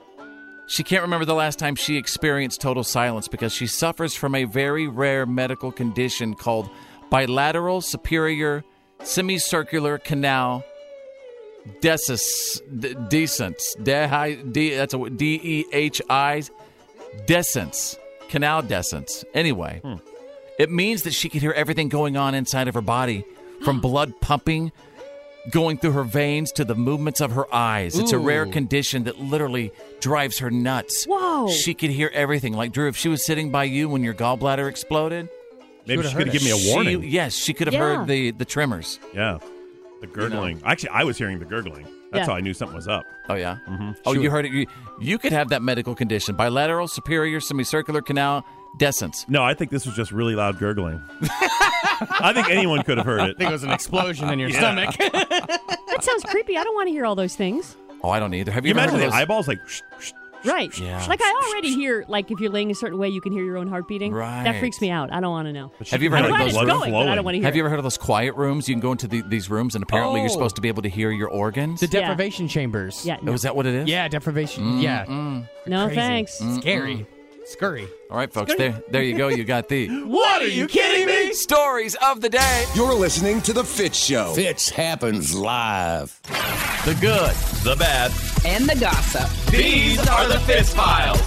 S1: she can't remember the last time she experienced total silence because she suffers from a very rare medical condition called bilateral superior semicircular canal desis d- descens dehi d that's a d e h i descens canal descens anyway it means that she could hear everything going on inside of her body from blood pumping going through her veins to the movements of her eyes it's a rare
S6: Ooh.
S1: condition that literally drives her nuts
S6: Whoa.
S1: she could hear everything like drew if she was sitting by you when your gallbladder exploded
S4: Maybe she could have given me a warning.
S1: She- yes she could have
S4: Yeah.
S1: heard the the tremors
S4: Yeah. The gurgling. Actually, I was hearing the gurgling. That's
S1: Yeah.
S4: how I knew something was up.
S1: Oh yeah. Mm-hmm. Oh,
S4: She
S1: you
S4: was-
S1: heard it. You, you could have that medical condition: bilateral superior semicircular canal descens.
S4: No, I think this was just really loud gurgling. *laughs* I think anyone could have heard it.
S2: I think it was an explosion in your
S3: *laughs*
S4: Yeah.
S3: that sounds creepy. I don't want to hear all those things.
S1: Oh, I don't either. Have
S4: you,
S1: you ever
S4: imagine
S1: heard
S4: the
S1: of those-
S4: eyeballs like?
S3: Right.
S1: Yeah.
S3: Like I already hear like if you're laying a certain way you can hear your own heart beating.
S1: Right.
S3: That freaks me out. I don't want to know.
S1: Have you ever
S3: I'm
S1: heard
S3: glad
S1: of
S3: it's
S1: those?
S3: going, but I don't want to hear
S1: Have you ever heard of those quiet rooms? You can go into the, these rooms, and apparently
S2: Oh.
S1: you're supposed to be able to hear your organs.
S2: The deprivation chambers.
S3: Yeah.
S1: Oh, is that what it is?
S2: Yeah, deprivation.
S1: Mm-hmm.
S2: Yeah.
S3: No
S2: Crazy.
S3: thanks.
S2: Scary. Scurry.
S1: All right, folks. There, there *laughs* you go. You got the.
S22: What are you kidding me?
S1: Stories of the day.
S5: You're listening to The Fit Show.
S22: Fitz happens live.
S1: The good,
S22: the bad.
S10: And the gossip.
S22: These are the Fitz Files.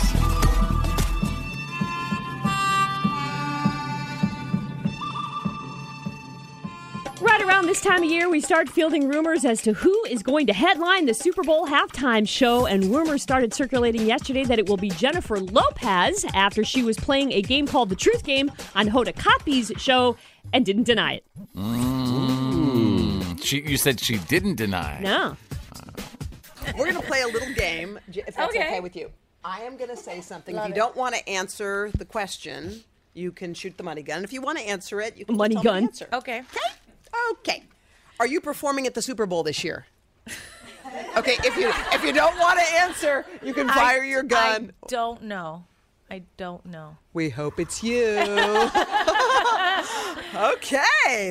S3: Right around this time of year, we start fielding rumors as to who is going to headline the Super Bowl halftime show. And rumors started circulating yesterday that it will be Jennifer Lopez after she was playing a game called The Truth Game on Hoda Kotb's show and didn't deny it.
S1: Mm. She, you said she didn't deny.
S3: No.
S13: We're going to play a little game, j- if that's okay,
S15: Okay.
S13: with you. I am going to say something.
S15: Love
S13: if you
S15: it.
S13: don't want to answer the question, you can shoot the money gun. If you want to answer it, you can
S15: Money
S13: tell me the
S15: gun.
S13: answer. Okay. Okay. Okay. Are you performing at the Super Bowl this year? okay. If you if you don't want to answer, you can fire
S15: I-
S13: your gun.
S15: I don't know. I don't know.
S13: We hope it's you. *laughs* okay,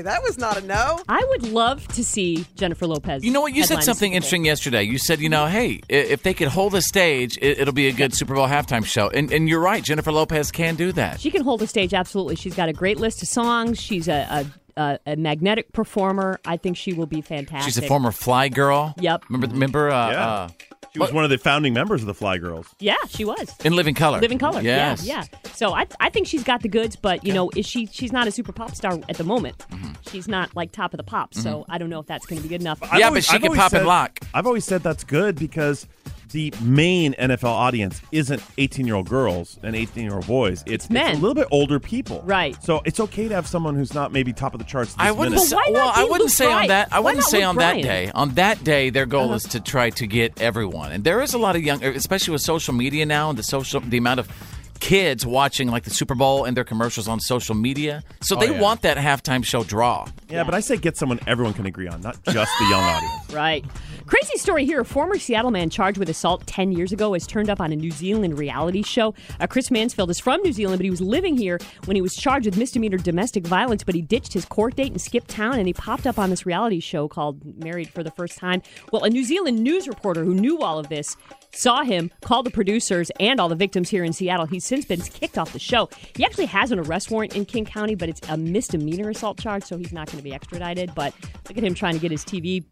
S13: that was not a no.
S3: I would love to see Jennifer Lopez.
S13: You know
S1: Well, you said something interesting yesterday. You said, you know, hey, i- if they could hold a stage, it, it'll be a good Super Bowl halftime show. And, and you're right, Jennifer Lopez can do that.
S3: She can hold a stage, absolutely. She's got a great list of songs. She's a, a, a, a magnetic performer. I think she will be fantastic.
S1: She's a former Fly Girl.
S3: Yep.
S1: Remember? Remember? Uh,
S4: Yeah.
S1: uh,
S4: She was one of the founding members of the Fly Girls.
S3: Yeah, she was.
S1: in Living Color.
S3: Living Color.
S1: Yes.
S3: Yeah, yeah. So I, I think she's got the goods, but you know, is she? She's not a super pop star at the moment.
S1: Mm-hmm.
S3: She's not like top of the pop. So I don't know if that's going to be good enough.
S4: I've always- I've always said- I've always said that's good because the main NFL audience isn't 18 year old girls and 18 year old boys. It's, men. a little bit older people. Right. So it's okay to have someone who's not maybe top of the charts. This
S1: I wouldn't.
S4: minute.
S1: Say, well, I wouldn't say on that. I wouldn't say on that day. On that day, their goal
S4: Uh-huh.
S1: is to try to get everyone. And there is a lot of young, especially with social media now, and the social, the amount of kids watching like the Super Bowl and their commercials on social media. So
S4: Oh,
S1: they
S4: yeah.
S1: want that halftime show draw.
S4: Yeah, but I say get someone everyone can agree on, not just
S3: *laughs*
S4: the young audience.
S3: Right. Crazy story here. A former Seattle man charged with assault 10 years ago has turned up on a New Zealand reality show. Uh, Chris Mansfield is from New Zealand, but he was living here when he was charged with misdemeanor domestic violence, but he ditched his court date and skipped town, and he popped up on this reality show called Married for the First Time. Well, a New Zealand news reporter who knew all of this saw him, called the producers and all the victims here in Seattle. He since been kicked off the show. He actually has an arrest warrant in King County, but it's a misdemeanor assault charge, so he's not going to be extradited. But look at him trying to get his TV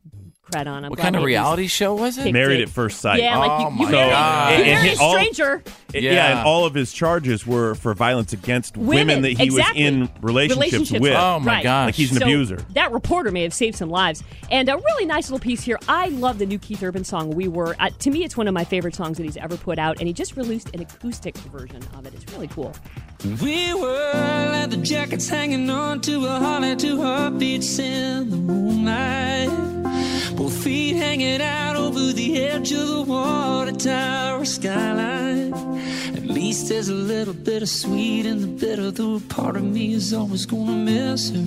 S3: cred on. I'm
S1: What
S3: glad
S1: kind of
S3: that he's-
S1: reality show was it?
S3: Kicked
S4: Married
S3: it.
S4: at first sight.
S3: Yeah, like you- Oh you my married-
S1: God.
S3: you
S4: And- and
S3: married
S4: hit
S3: a stranger.
S4: it- yeah.
S1: Yeah.
S4: and all of his charges were for violence against women,
S3: Women,
S4: that he
S3: exactly.
S4: was in relationships, with.
S1: Oh,
S3: Right.
S4: Like he's an
S3: So
S4: abuser.
S3: That reporter may have saved some lives. And a really nice little piece here. I love the new Keith Urban song, We Were. Uh, to me, it's one of my favorite songs that he's ever put out. And he just released an acoustic version of it. It's really cool.
S11: We were leather jackets hanging on to a holly, two heartbeats in the moonlight. Both feet hanging out over the edge of the water tower skyline. At least there's a little bit of sweet in the bitter, though a part of me is always gonna miss her.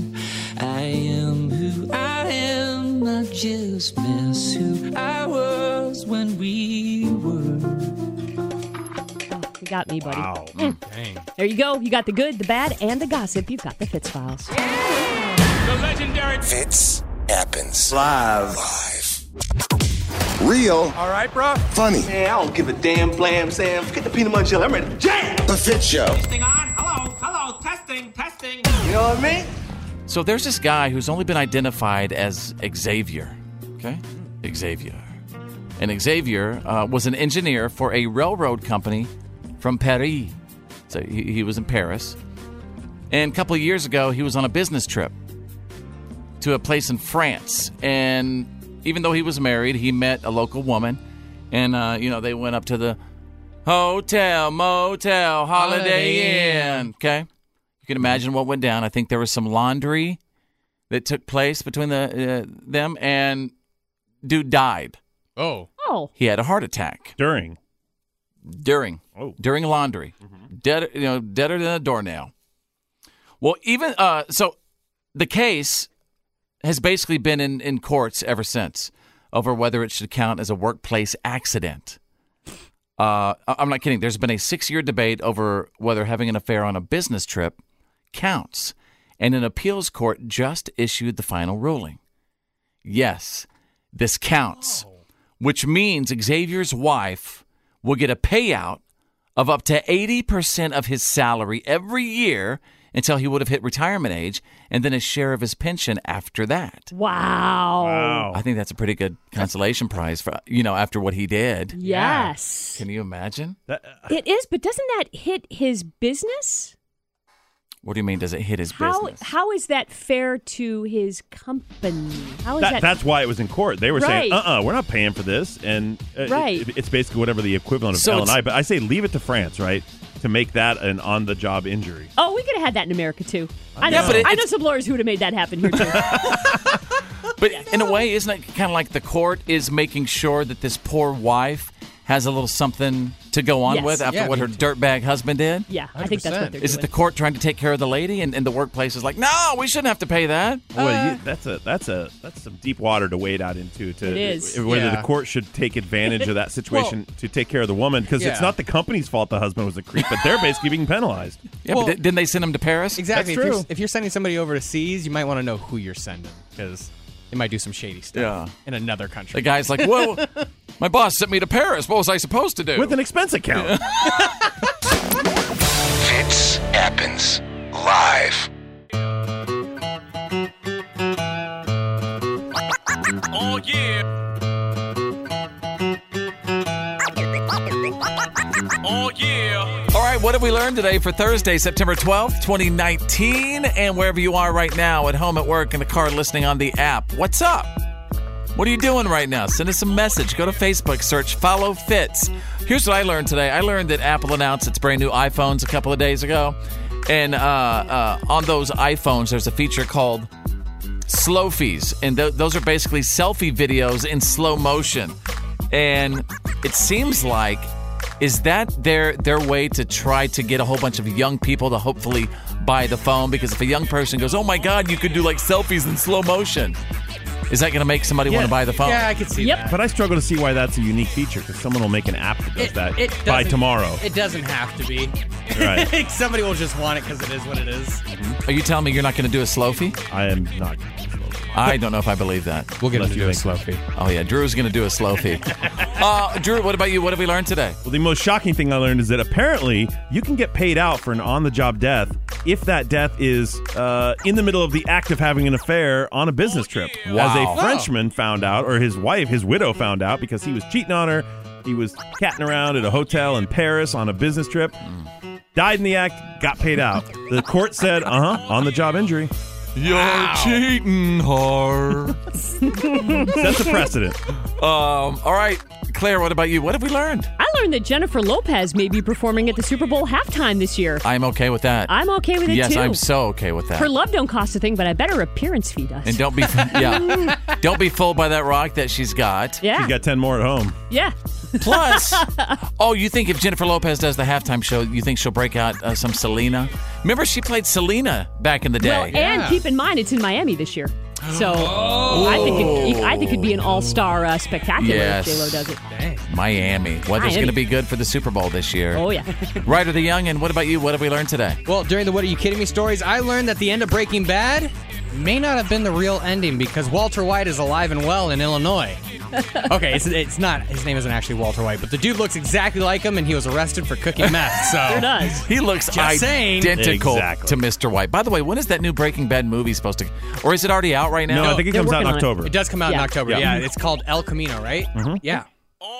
S11: I am who I am, I just miss who I was when we were.
S3: You got me, buddy.
S11: Wow.
S3: Mm. There you go. You got the good, the bad, and the gossip. You've got the Fitz Files.
S5: The legendary Fitz happens live. Live. Real. All right, bro. Funny. Man, I don't give a damn blam, Sam. Forget the peanut butter jelly. I'm ready to jam. The Fit Show. You know what I mean?
S1: So there's this guy who's only been identified as Xavier. Okay? Xavier. And Xavier uh, was an engineer for a railroad company from Paris. So he, he was in Paris. And a couple of years ago, he was on a business trip to a place in France. And even though he was married, he met a local woman. And, uh, you know, they went up to the hotel, motel, Holiday
S22: Holiday
S1: Inn. Okay. You can imagine what went down. I think there was some laundry that took place between the uh, them, and dude died.
S2: Oh.
S3: Oh.
S1: He had a heart attack
S4: during
S1: during oh. during laundry, dead you know deader than a doornail. Well, even uh, so, the case has basically been in in courts ever since over whether it should count as a workplace accident. Uh, I- I'm not kidding. There's been a six year debate over whether having an affair on a business trip counts, and an appeals court just issued the final ruling. Yes, this counts, which means Xavier's wife will get a payout of up to 80% of his salary every year until he would have hit retirement age, and then a share of his pension after that.
S3: Wow.
S1: I think that's a pretty good consolation prize for you know after what he did.
S3: Yes.
S1: Can you imagine?
S3: It is, but doesn't that hit his business?
S1: what do you mean? Does it hit his
S3: How
S1: business?
S3: how is that fair to his company? How is
S4: That,
S3: that?
S4: that's why it was in court. They were
S3: Right.
S4: saying, "Uh, uh-uh, uh, we are not paying for this," and uh, it-
S3: Right.
S4: it- it's basically whatever the equivalent of
S3: So
S4: L and
S3: it's-
S4: I. But I say leave it to France, right, to make that an on-the-job injury.
S3: Oh, we could have had that in America too. I know,
S4: Yeah, but it-
S3: I know some lawyers who would have made that happen here too.
S1: But in a way, isn't it kind of like the court is making sure that this poor wife has a little something to go on
S3: Yes.
S1: with after
S3: Yeah,
S1: what her dirtbag husband did?
S3: yeah, I think that's what they're
S1: Is it
S3: doing.
S1: the court trying to take care of the lady, and, and the workplace is like, no, we shouldn't have to pay that? Uh,
S4: Boy, you, that's a that's a that's some deep water to wade out into. To
S1: It is.
S4: whether
S1: Yeah.
S4: the court should take advantage of that situation to take care of the woman because
S2: Yeah.
S4: it's not the company's fault the husband was a creep, but they're basically being penalized.
S1: Yeah, but didn't they send him to Paris?
S2: Exactly. if, You're, if you're sending somebody over to seas, you might want to know who you're sending because they might do some shady stuff in another country.
S1: The guy's like,
S2: *laughs*
S1: whoa, my boss sent me to Paris. What was I supposed to do?
S4: With an expense account.
S5: Fits happens live.
S22: Oh yeah. Oh yeah.
S1: *laughs* All right, what have we learned today for Thursday, September 12th, 2019? And wherever you are right now, at home, at work, in the car, listening on the app, what's up? What are you doing right now? Send us a message. Go to Facebook, search Follow Fits. Here's what I learned today I learned that Apple announced its brand new iPhones a couple of days ago. And uh, uh, on those iPhones, there's a feature called slow fees. And th- those are basically selfie videos in slow motion. And it seems like is that their their way to try to get a whole bunch of young people to hopefully buy the phone? Because if a young person goes, "Oh my God, you could do like selfies in slow motion," is that going to make somebody want to buy the phone?
S4: But I struggle to see why that's a unique feature because someone will make an app that does that
S2: It
S4: by
S2: doesn't-
S4: tomorrow.
S2: It doesn't have to be. *laughs*
S4: Right.
S2: Somebody will just want it because it is what it is.
S1: Are you telling me you're not going to do a slow fee?
S4: I am not.
S1: I don't know if I believe that.
S2: We'll get
S1: him
S2: to do a slow feed.
S1: Oh yeah, Drew's going to do a slow
S4: *laughs*
S1: feed. uh, Drew, what about you? What have we learned today?
S4: Well, the most shocking thing I learned is that apparently you can get paid out for an on-the-job death if that death is uh, in the middle of the act of having an affair on a business trip.
S1: Wow.
S4: As a Frenchman found out, or his wife, his widow found out, because he was cheating on her. He was catting around at a hotel in Paris on a business trip. Died in the act, got paid out. The court said, "Uh huh, on-the-job injury."
S1: You're cheating her.
S4: That's a precedent.
S1: *laughs* Um, all right, Claire, what about you? What have we learned?
S3: *laughs* I learned that Jennifer Lopez may be performing at the Super Bowl halftime this year.
S1: I'm okay with that.
S3: I'm okay with it
S1: yes,
S3: too.
S1: I'm so okay with that.
S3: Her love don't cost a thing, but I bet her appearance fee does.
S1: and don't
S3: *laughs*
S1: be *laughs* yeah, don't be fooled by that rock that she's got.
S3: Yeah. She's
S4: got ten more at home.
S3: Yeah.
S1: Plus, oh, you think if Jennifer Lopez does the halftime show, you think she'll break out uh, some Selena? Remember, she played Selena back in the day.
S3: Well, *laughs* and keep in mind, it's in Miami this year. So I think it, I think it'd be an all-star uh, spectacular
S1: Yes.
S3: if J Lo does it.
S1: Miami. Weather's
S3: Miami.
S1: going to be good for the Super Bowl this year.
S3: Oh yeah.
S1: *laughs* Ryder the Young, and what about you? What have we learned today?
S2: Well, during the What Are You Kidding Me stories, I learned that the end of Breaking Bad may not have been the real ending because Walter White is alive and well in
S4: *laughs*
S2: Illinois. Okay, it's, it's not. His name isn't actually Walter White, but the dude looks exactly like him, and he was arrested for cooking meth.
S4: *laughs*
S2: So
S3: Sure does.
S1: He looks
S2: Just saying.
S1: identical
S4: Exactly.
S1: to Mr. White. By the way, when is that new Breaking Bad movie supposed to? Or is it already out right now?
S4: No, I think it comes out in October.
S2: It does come out in
S4: Yeah.
S2: October.
S4: Yeah. Mm-hmm.
S2: Yeah. it's called El Camino, right? Yeah.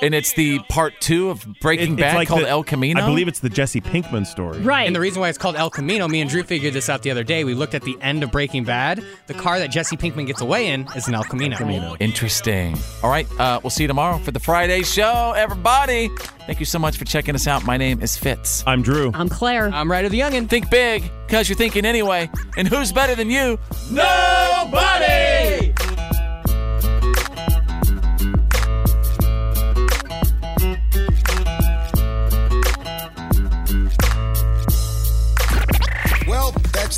S1: And it's the part two of Breaking
S4: It's
S1: Bad
S4: like
S1: called
S4: the-
S1: El Camino.
S4: I *laughs* believe it's the Jesse Pinkman story.
S3: Right.
S2: And the reason why it's called El Camino, me and Drew figured this out the other day. We looked at the end of Breaking Bad. The car that Jesse Pinkman gets away in is an El Camino.
S1: Interesting. All right, uh, we'll see you tomorrow for the Friday show, everybody. Thank you so much for checking us out. My name is Fitz.
S4: I'm Drew.
S3: I'm Claire.
S2: I'm Ryder the Youngin.
S1: Think big, because you're thinking anyway. And who's better than you? Nobody!
S6: Well, that's